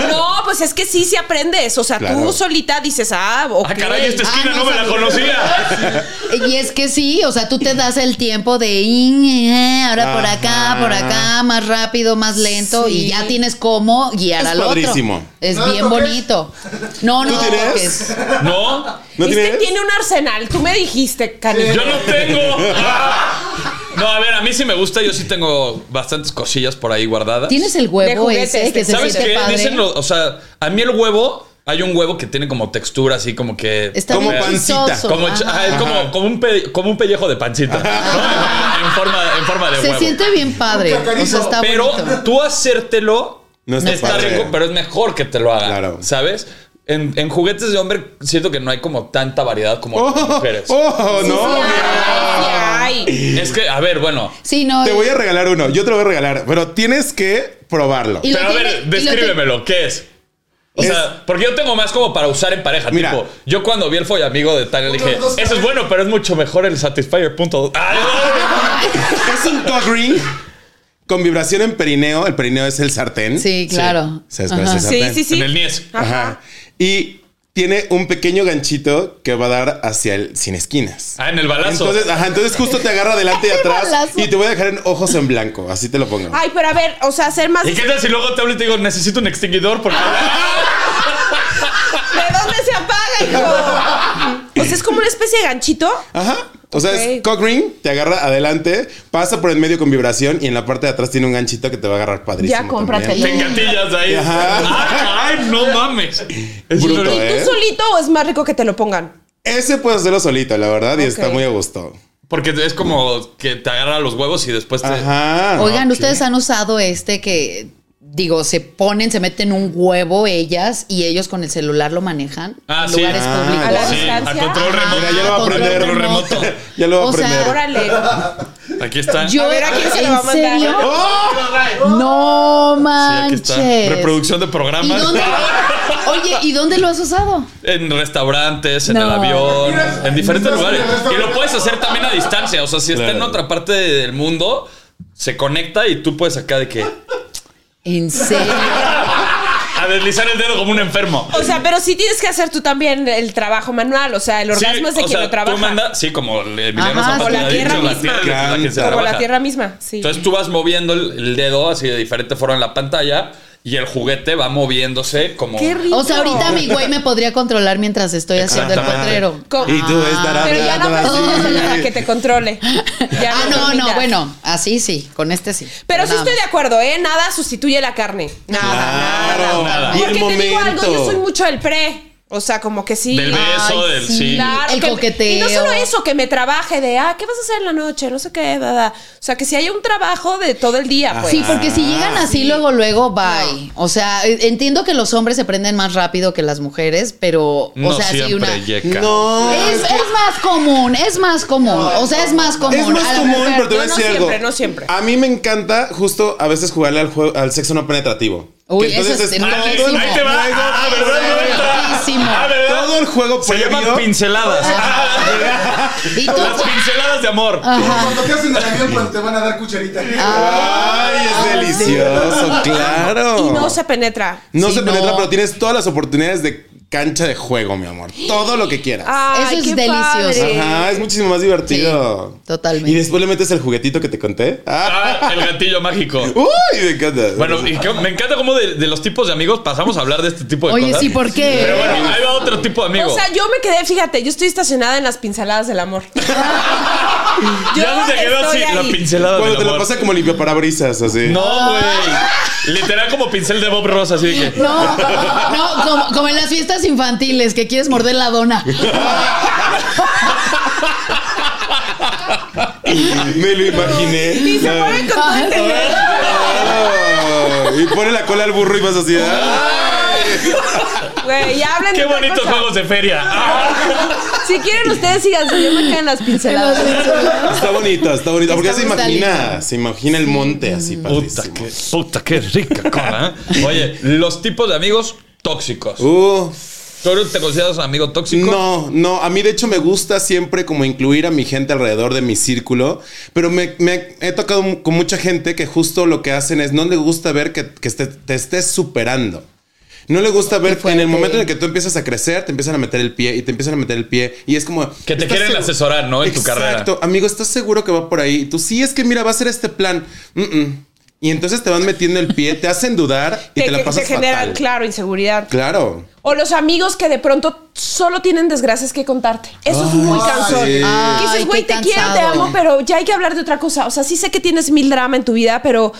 C: No, pues es que sí, sí aprendes. O sea, tú
E: Claro.
C: solita dices, ah, ok.
A: Ah, caray, esta esquina
B: Ah,
A: no
B: no
A: me la
B: sabía.
A: conocía.
B: Y es que sí, o sea, tú te das el tiempo de "In, eh, ahora por acá,
E: Ajá.
B: por acá, más rápido, más lento,
C: Sí.
B: y ya tienes cómo guiar
E: Es
B: al otro.
E: padrísimo.
B: Es
D: No lo
B: bien
D: toques.
B: bonito. No, no,
E: ¿Tú
B: lo
E: tienes?
B: toques.
A: No,
E: ¿No
C: es que
E: tienes?
C: tiene un arsenal. Tú me dijiste, Cani.
A: yo no tengo. Ah. No, a ver, a mí sí me gusta. Yo sí tengo bastantes cosillas por ahí guardadas.
B: ¿Tienes el
C: De
B: huevo
C: juguetes,
B: ese que
C: de-
B: se
A: ¿Sabes
B: siente
A: qué?
B: padre?
A: Dicen lo- o sea, a mí el huevo, hay un huevo que tiene como textura así como que.
B: Está
E: Como
B: bien
E: pancita,
B: picoso.
A: Como, hecho-
B: Ajá.
A: ah, es como, como un pe- como un pellejo de pancita. ¿no? En, forma, en forma de
B: Se
A: huevo.
B: siente bien padre.
D: Un cacarizo.
B: O sea, está
A: pero
B: bonito.
A: tú hacértelo
E: No
A: está,
E: está padre.
A: rico, pero es mejor que te lo hagan.
E: Claro.
A: ¿Sabes? En, en juguetes de hombre siento que no hay como tanta variedad como en
E: Oh,
A: mujeres.
E: oh, no.
C: Ay, ay.
A: Es que, a ver, bueno.
B: Sí, no.
E: Te
B: y-
E: voy a regalar uno, yo te lo voy a regalar, pero tienes que probarlo.
B: Y lo
A: pero a
B: tiene-
A: ver,
B: y lo tiene-
A: descríbemelo, ¿qué es? O
E: Es-
A: sea, porque yo tengo más como para usar en pareja.
E: Mira.
A: Tipo, yo cuando vi el follamigo de Tania le dije,
D: Uno, dos,
A: eso es
D: tres".
A: bueno, pero es mucho mejor el Satisfyer. Punto. Ah, Ay,
E: Es un cock ring con vibración en perineo. El perineo es el sartén.
B: Sí, claro.
E: ¿Sabes cuál es
B: Ajá.
E: el
C: Sí,
E: sartén?
C: sí, sí.
A: En el Nies.
E: Ajá. Y tiene un pequeño ganchito que va a dar hacia el sin esquinas.
A: Ah, en el balazo.
E: Entonces, ajá, entonces justo te agarra delante y
B: El
E: atrás
B: balazo.
E: y te voy a dejar en ojos en blanco. Así te lo pongo.
C: Ay, pero a ver, o sea, ser más.
A: ¿Y qué
C: ¿De
A: tal si luego te hablo y te digo, necesito un extinguidor? Porque.
C: dónde se apaga, hijo? O sea, es como una especie de ganchito.
E: Ajá. O sea,
C: Ok.
E: es cock ring, te agarra adelante, pasa por el medio con vibración y en la parte de atrás tiene un ganchito que te va a agarrar padrísimo.
C: Ya, cómpratelo.
E: también.
A: Te engatillas ahí.
E: Ajá.
A: Ah, Ay, no mames. Es
E: Bruto,
A: una-
E: ¿eh?
C: ¿Tú solito o es más rico que te lo pongan?
E: Ese puedes hacerlo solito, la verdad, y está
C: Ok.
E: muy a gusto.
A: Porque es como que te agarra los huevos y después te.
E: Ajá.
B: Oigan, ustedes han usado este que, digo, se ponen, se meten un huevo ellas y ellos con el celular lo manejan
A: Ah,
B: en
A: sí.
B: lugares
E: Ah,
B: públicos.
C: A la
A: Sí,
C: distancia.
A: a control
B: Ajá.
A: remoto.
E: Mira, ya lo va a
B: Control
E: aprender.
B: remoto.
E: Ya lo va a
B: O sea,
E: aprender.
C: Órale.
A: Aquí está.
B: Yo,
C: A ver, ¿a quién se lo va a
B: ¿en
C: mandar?
B: serio?
D: ¡Oh!
B: No
A: Sí, aquí está.
B: manches.
A: Reproducción de
B: ¿Y
A: programas.
B: dónde? Oye, ¿y dónde lo has usado?
A: En restaurantes, en
B: No.
A: el avión, en diferentes
D: Mira,
A: lugares.
D: mira,
A: Y lo puedes hacer también a distancia. O sea, si está
E: Claro.
A: en otra parte del mundo, se conecta y tú puedes acá de que.
B: ¿En serio?
A: A deslizar el dedo como un enfermo.
C: O sea, pero sí tienes que hacer tú también el trabajo manual. O sea, el orgasmo
A: Sí,
C: es de
A: o
C: quien
A: sea,
C: lo trabaja.
A: Tú mandas, sí, como el Emiliano Zapata
B: Ajá, sí.
C: O la
A: ha
C: tierra
A: dicho,
C: misma.
A: tierra es la que se
E: Claro.
C: Como la
A: trabaja.
C: tierra misma, sí.
A: Entonces tú vas moviendo el, el dedo así de diferente forma en la pantalla y el juguete va moviéndose como.
C: Qué rico.
B: O sea, ahorita mi güey me podría controlar mientras estoy haciendo el
A: Exactamente.
B: potrero.
C: Co-
E: Y tú estarás
C: Pero ya no
E: hablando
C: presumes
E: así.
C: para que te controle. Ya
B: Ah, no, no,
C: permitas.
B: bueno, así sí, con este sí.
C: Pero sí
B: nada
C: estoy de acuerdo, ¿eh? Nada sustituye la carne. Nada, nada.
E: Claro.
A: Nada.
E: Y el
C: Porque te digo algo,
E: momento.
C: yo soy mucho del pre. O sea, como que sí.
A: Del beso,
B: Ay,
A: del
B: sí.
A: sí.
C: Claro,
B: El
C: que-
B: coqueteo.
C: Y no solo eso, que me trabaje de, ah, ¿qué vas a hacer en la noche? No sé qué, da, da. O sea, que si hay un trabajo de todo el día, pues.
B: Sí, porque
A: Ah,
B: si llegan así luego, luego, bye.
C: No.
B: O sea, eh, entiendo que los hombres se prenden más rápido que las mujeres, pero,
A: No
B: o sea, sí
A: siempre,
B: una...
A: Yeka.
E: No.
B: Es, es más común, es más común. O sea, es más común.
E: Es más
B: A la
E: común,
B: mujer-
E: pero te
C: no,
E: voy a
C: no
E: decir algo.
C: siempre, no siempre.
E: A mí me encanta justo a veces jugarle al, juego, al sexo no penetrativo.
B: Uy,
E: Que
B: eso
E: entonces Ah,
B: es
E: todo el
A: Ahí
B: riquísimo.
A: ahí te va.
E: juego-
A: Ah, ¿verdad? No entra.
B: Riquísimo.
A: Ah, ¿verdad?
E: Todo el juego
A: Se
E: previo.
A: llaman pinceladas. Ah,
B: Y tú-
A: Las pinceladas de amor.
C: Ah.
D: Cuando te hacen el avión, cuando te van a dar cucharita.
B: Ah.
E: Ay, es delicioso, claro.
C: Y no se penetra.
E: No
B: Sí,
E: se penetra,
B: no.
E: pero tienes todas las oportunidades de cancha de juego, mi amor. Todo lo que quieras.
C: Ay,
B: Eso es
C: qué
B: delicioso.
C: padre.
E: Ajá, es muchísimo más divertido.
B: Sí, totalmente.
E: Y después le metes el juguetito que te conté. Ah,
A: Ah, el gatillo mágico.
E: uy, me encanta.
A: Bueno, y que- me encanta cómo de, de los tipos de amigos pasamos a hablar de este tipo de
B: Oye,
A: cosas.
B: sí, ¿por qué?
A: Pero bueno, ahí va otro tipo de amigo.
C: O sea, yo me quedé, fíjate, yo estoy estacionada en las pinceladas del amor. yo
A: ya se te quedó así,
C: estoy
A: la
C: ahí.
A: pincelada
E: cuando
A: del
E: te lo
A: amor.
E: pasa como limpio parabrisas, así.
A: No, güey. Literal como pincel de Bob Ross, así de que.
B: No, no, como, como en las fiestas infantiles que quieres morder la dona.
E: Me lo imaginé. Ah.
C: Y se
E: Ay,
C: ponen con todo el teléfono.
E: claro. Ah. Y pone la cola al burro y vas así. ah. ay.
C: Güey, ya hablen
A: ¡Qué
C: de otra
A: bonitos
C: cosa.
A: juegos de feria! Ah,
C: Si quieren ustedes síganse, yo me quedo en las pinceladas.
A: Ah.
E: Está bonito, está bonito. Porque
B: Está
E: se
B: muy
E: imagina, se imagina el monte así,
A: puta,
E: padrísimo.
A: qué, puta, qué rica cosa, ¿eh? Oye, los tipos de amigos tóxicos.
E: Uh,
A: ¿Tú te consideras un amigo tóxico?
E: No, no, a mí de hecho me gusta siempre como incluir a mi gente alrededor de mi círculo, pero me, me he tocado mu- con mucha gente que justo lo que hacen es no le gusta ver que, que esté- te estés superando. No le gusta ver en el momento en el que tú empiezas a crecer, te empiezan a meter el pie y te empiezan a meter el pie y es como...
A: Que te
E: ¿estás
A: quieren
E: seguro?
A: asesorar, ¿no? En tu carrera.
E: Exacto. Amigo, ¿estás seguro que va por ahí? Y tú, sí, es que mira, va a ser este plan. Mm, mm. Y entonces te van metiendo el pie, te hacen dudar y
C: Que,
E: te, la
C: que
E: pasas
C: te generan,
E: fatal.
C: claro, inseguridad.
E: Claro.
C: O los amigos que de pronto solo tienen desgracias que contarte. Eso es muy cansón.
E: sí.
C: Que
B: Ay,
C: dices,
B: qué
C: güey, te quiero, te
B: cansado".
C: amo, pero ya hay que hablar de otra cosa. O sea, sí sé que tienes mil drama en tu vida, pero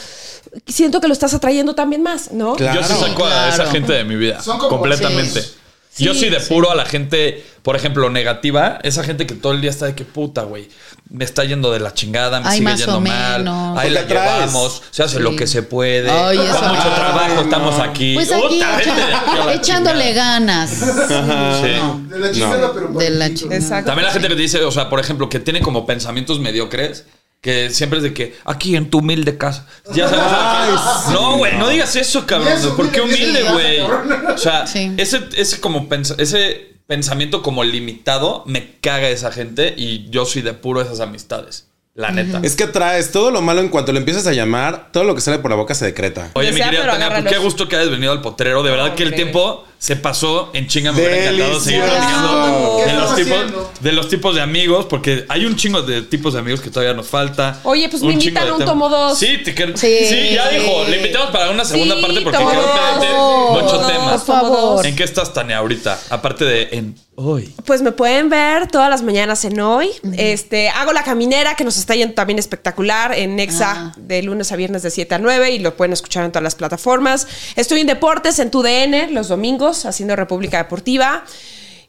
C: siento que lo estás atrayendo también más, ¿no?
E: Claro.
A: Yo sí saco a esa
B: Claro.
A: gente de mi vida.
D: Son como
A: completamente.
D: sí.
A: Yo
C: Sí,
A: sí depuro a la gente, por ejemplo, negativa. Esa gente que todo el día está de que puta, güey. Me está yendo de la chingada, me
B: Ay,
A: sigue
B: más
A: yendo
B: o
A: mal.
B: menos.
A: Ahí
E: Porque
A: la
E: atraes.
A: llevamos, se hace
B: Sí.
A: lo que se puede.
B: Ay,
A: Con
B: eso me
A: mucho
B: encanta.
A: trabajo,
E: Ay,
A: estamos
E: no.
A: aquí.
B: Pues aquí,
A: Puta, vete de aquí a la
B: echándole
A: chingada.
B: ganas.
E: Ajá.
A: Sí.
D: De la chingada, pero por
B: De la
D: poquito.
B: chingada.
C: Exacto.
A: También la gente que te dice, o sea, por ejemplo, que tiene como pensamientos mediocres, que siempre es de que aquí en tu humilde casa. Ya sabes, o sea,
E: Ay,
A: que-
E: sí,
A: no, güey, no digas eso, cabrón.
D: Ni eso,
A: ¿Por qué humilde,
D: humilde, ni
A: güey?
D: eso, cabrón.
A: O sea,
B: Sí.
A: ese, ese como pens- ese pensamiento como limitado me caga esa gente y yo soy de puro esas amistades. La neta.
E: Es que traes todo lo malo en cuanto lo empiezas a llamar, todo lo que sale por la boca se decreta.
A: Oye, mi
C: Desea,
A: querida
C: pero
A: Tania, pues,
C: agárralos.
A: qué gusto que hayas venido al potrero. De verdad que el
C: Hombre.
A: tiempo se pasó en chinga. Me hubiera encantado seguir
E: Delicioso.
A: platicando
D: ¿Qué
A: de los,
D: estamos
A: tipos,
D: haciendo?
A: de los tipos de amigos, porque hay un chingo de tipos de amigos que todavía nos falta.
C: Oye, pues me
A: chingo
C: invitan
A: de
C: a un
A: temas.
C: tomo dos.
A: Sí, te quer-
B: Sí.
A: sí, ya dijo. Le invitamos para una segunda
C: Sí,
A: parte porque
C: tomo
A: creo que
C: dos.
A: hay
C: Tomo
A: mucho
C: dos,
A: tema.
B: Por favor.
A: ¿En qué estás, Tania, ahorita? Aparte de en hoy.
C: Pues me pueden ver todas las mañanas en hoy. Este, hago la caminera que nos está yendo también espectacular en Nexa
B: Ah.
C: de lunes a viernes de 7 a 9 y lo pueden escuchar en todas las plataformas. Estoy en deportes en TUDN los domingos haciendo República Deportiva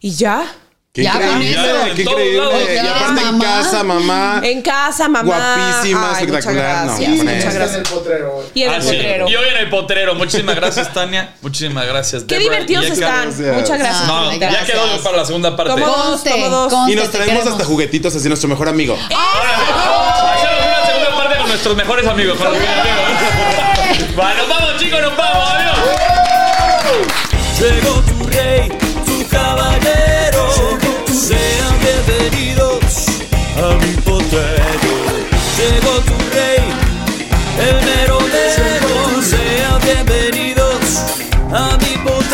C: y ya.
E: Qué
B: Ya,
E: increíble,
B: con eso.
E: qué
A: En todos lados,
E: increíble. Y
B: ya,
E: aparte en
B: mamá.
E: casa, mamá.
C: En casa, mamá.
E: Ah, Guapísima,
C: Ay, muchas
E: espectacular. No,
C: gracias,
E: hombre.
C: muchas
D: Está en
C: gracias.
D: el potrero.
C: Y en el
A: Ah, sí.
C: potrero.
A: Y hoy en el potrero. Muchísimas gracias, Tania. Muchísimas gracias.
C: Qué
A: Debra.
C: divertidos
A: Y acá-
C: están.
E: gracias.
C: Muchas gracias.
A: No,
B: Ay,
A: ya
B: gracias.
A: quedó para la segunda parte.
C: Tomo dos,
B: Conste,
C: tomo dos.
B: conste,
E: Y nos
B: te
E: traemos
B: queremos.
E: hasta juguetitos así, nuestro mejor amigo.
A: Hacemos una segunda parte con nuestros mejores amigos. Con los mejores amigos. Bueno, nos vamos, chicos, nos vamos. Adiós.
G: Llegó tu rey, tu caballero. Sean bienvenidos a mi potrero. Llegó tu rey, el mero mero. Sean bienvenidos a mi potrero.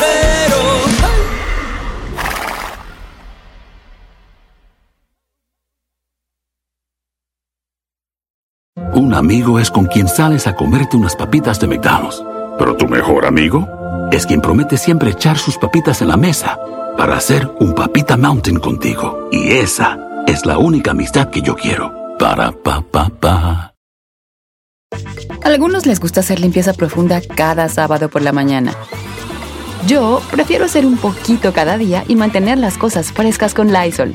I: Un amigo es con quien sales a comerte unas papitas de McDonald's. Pero tu mejor amigo es quien promete siempre echar sus papitas en la mesa para hacer un papita mountain contigo. Y esa es la única amistad que yo quiero. Para pa pa pa.
F: Algunos les gusta hacer limpieza profunda cada sábado por la mañana. Yo prefiero hacer un poquito cada día y mantener las cosas frescas con Lysol.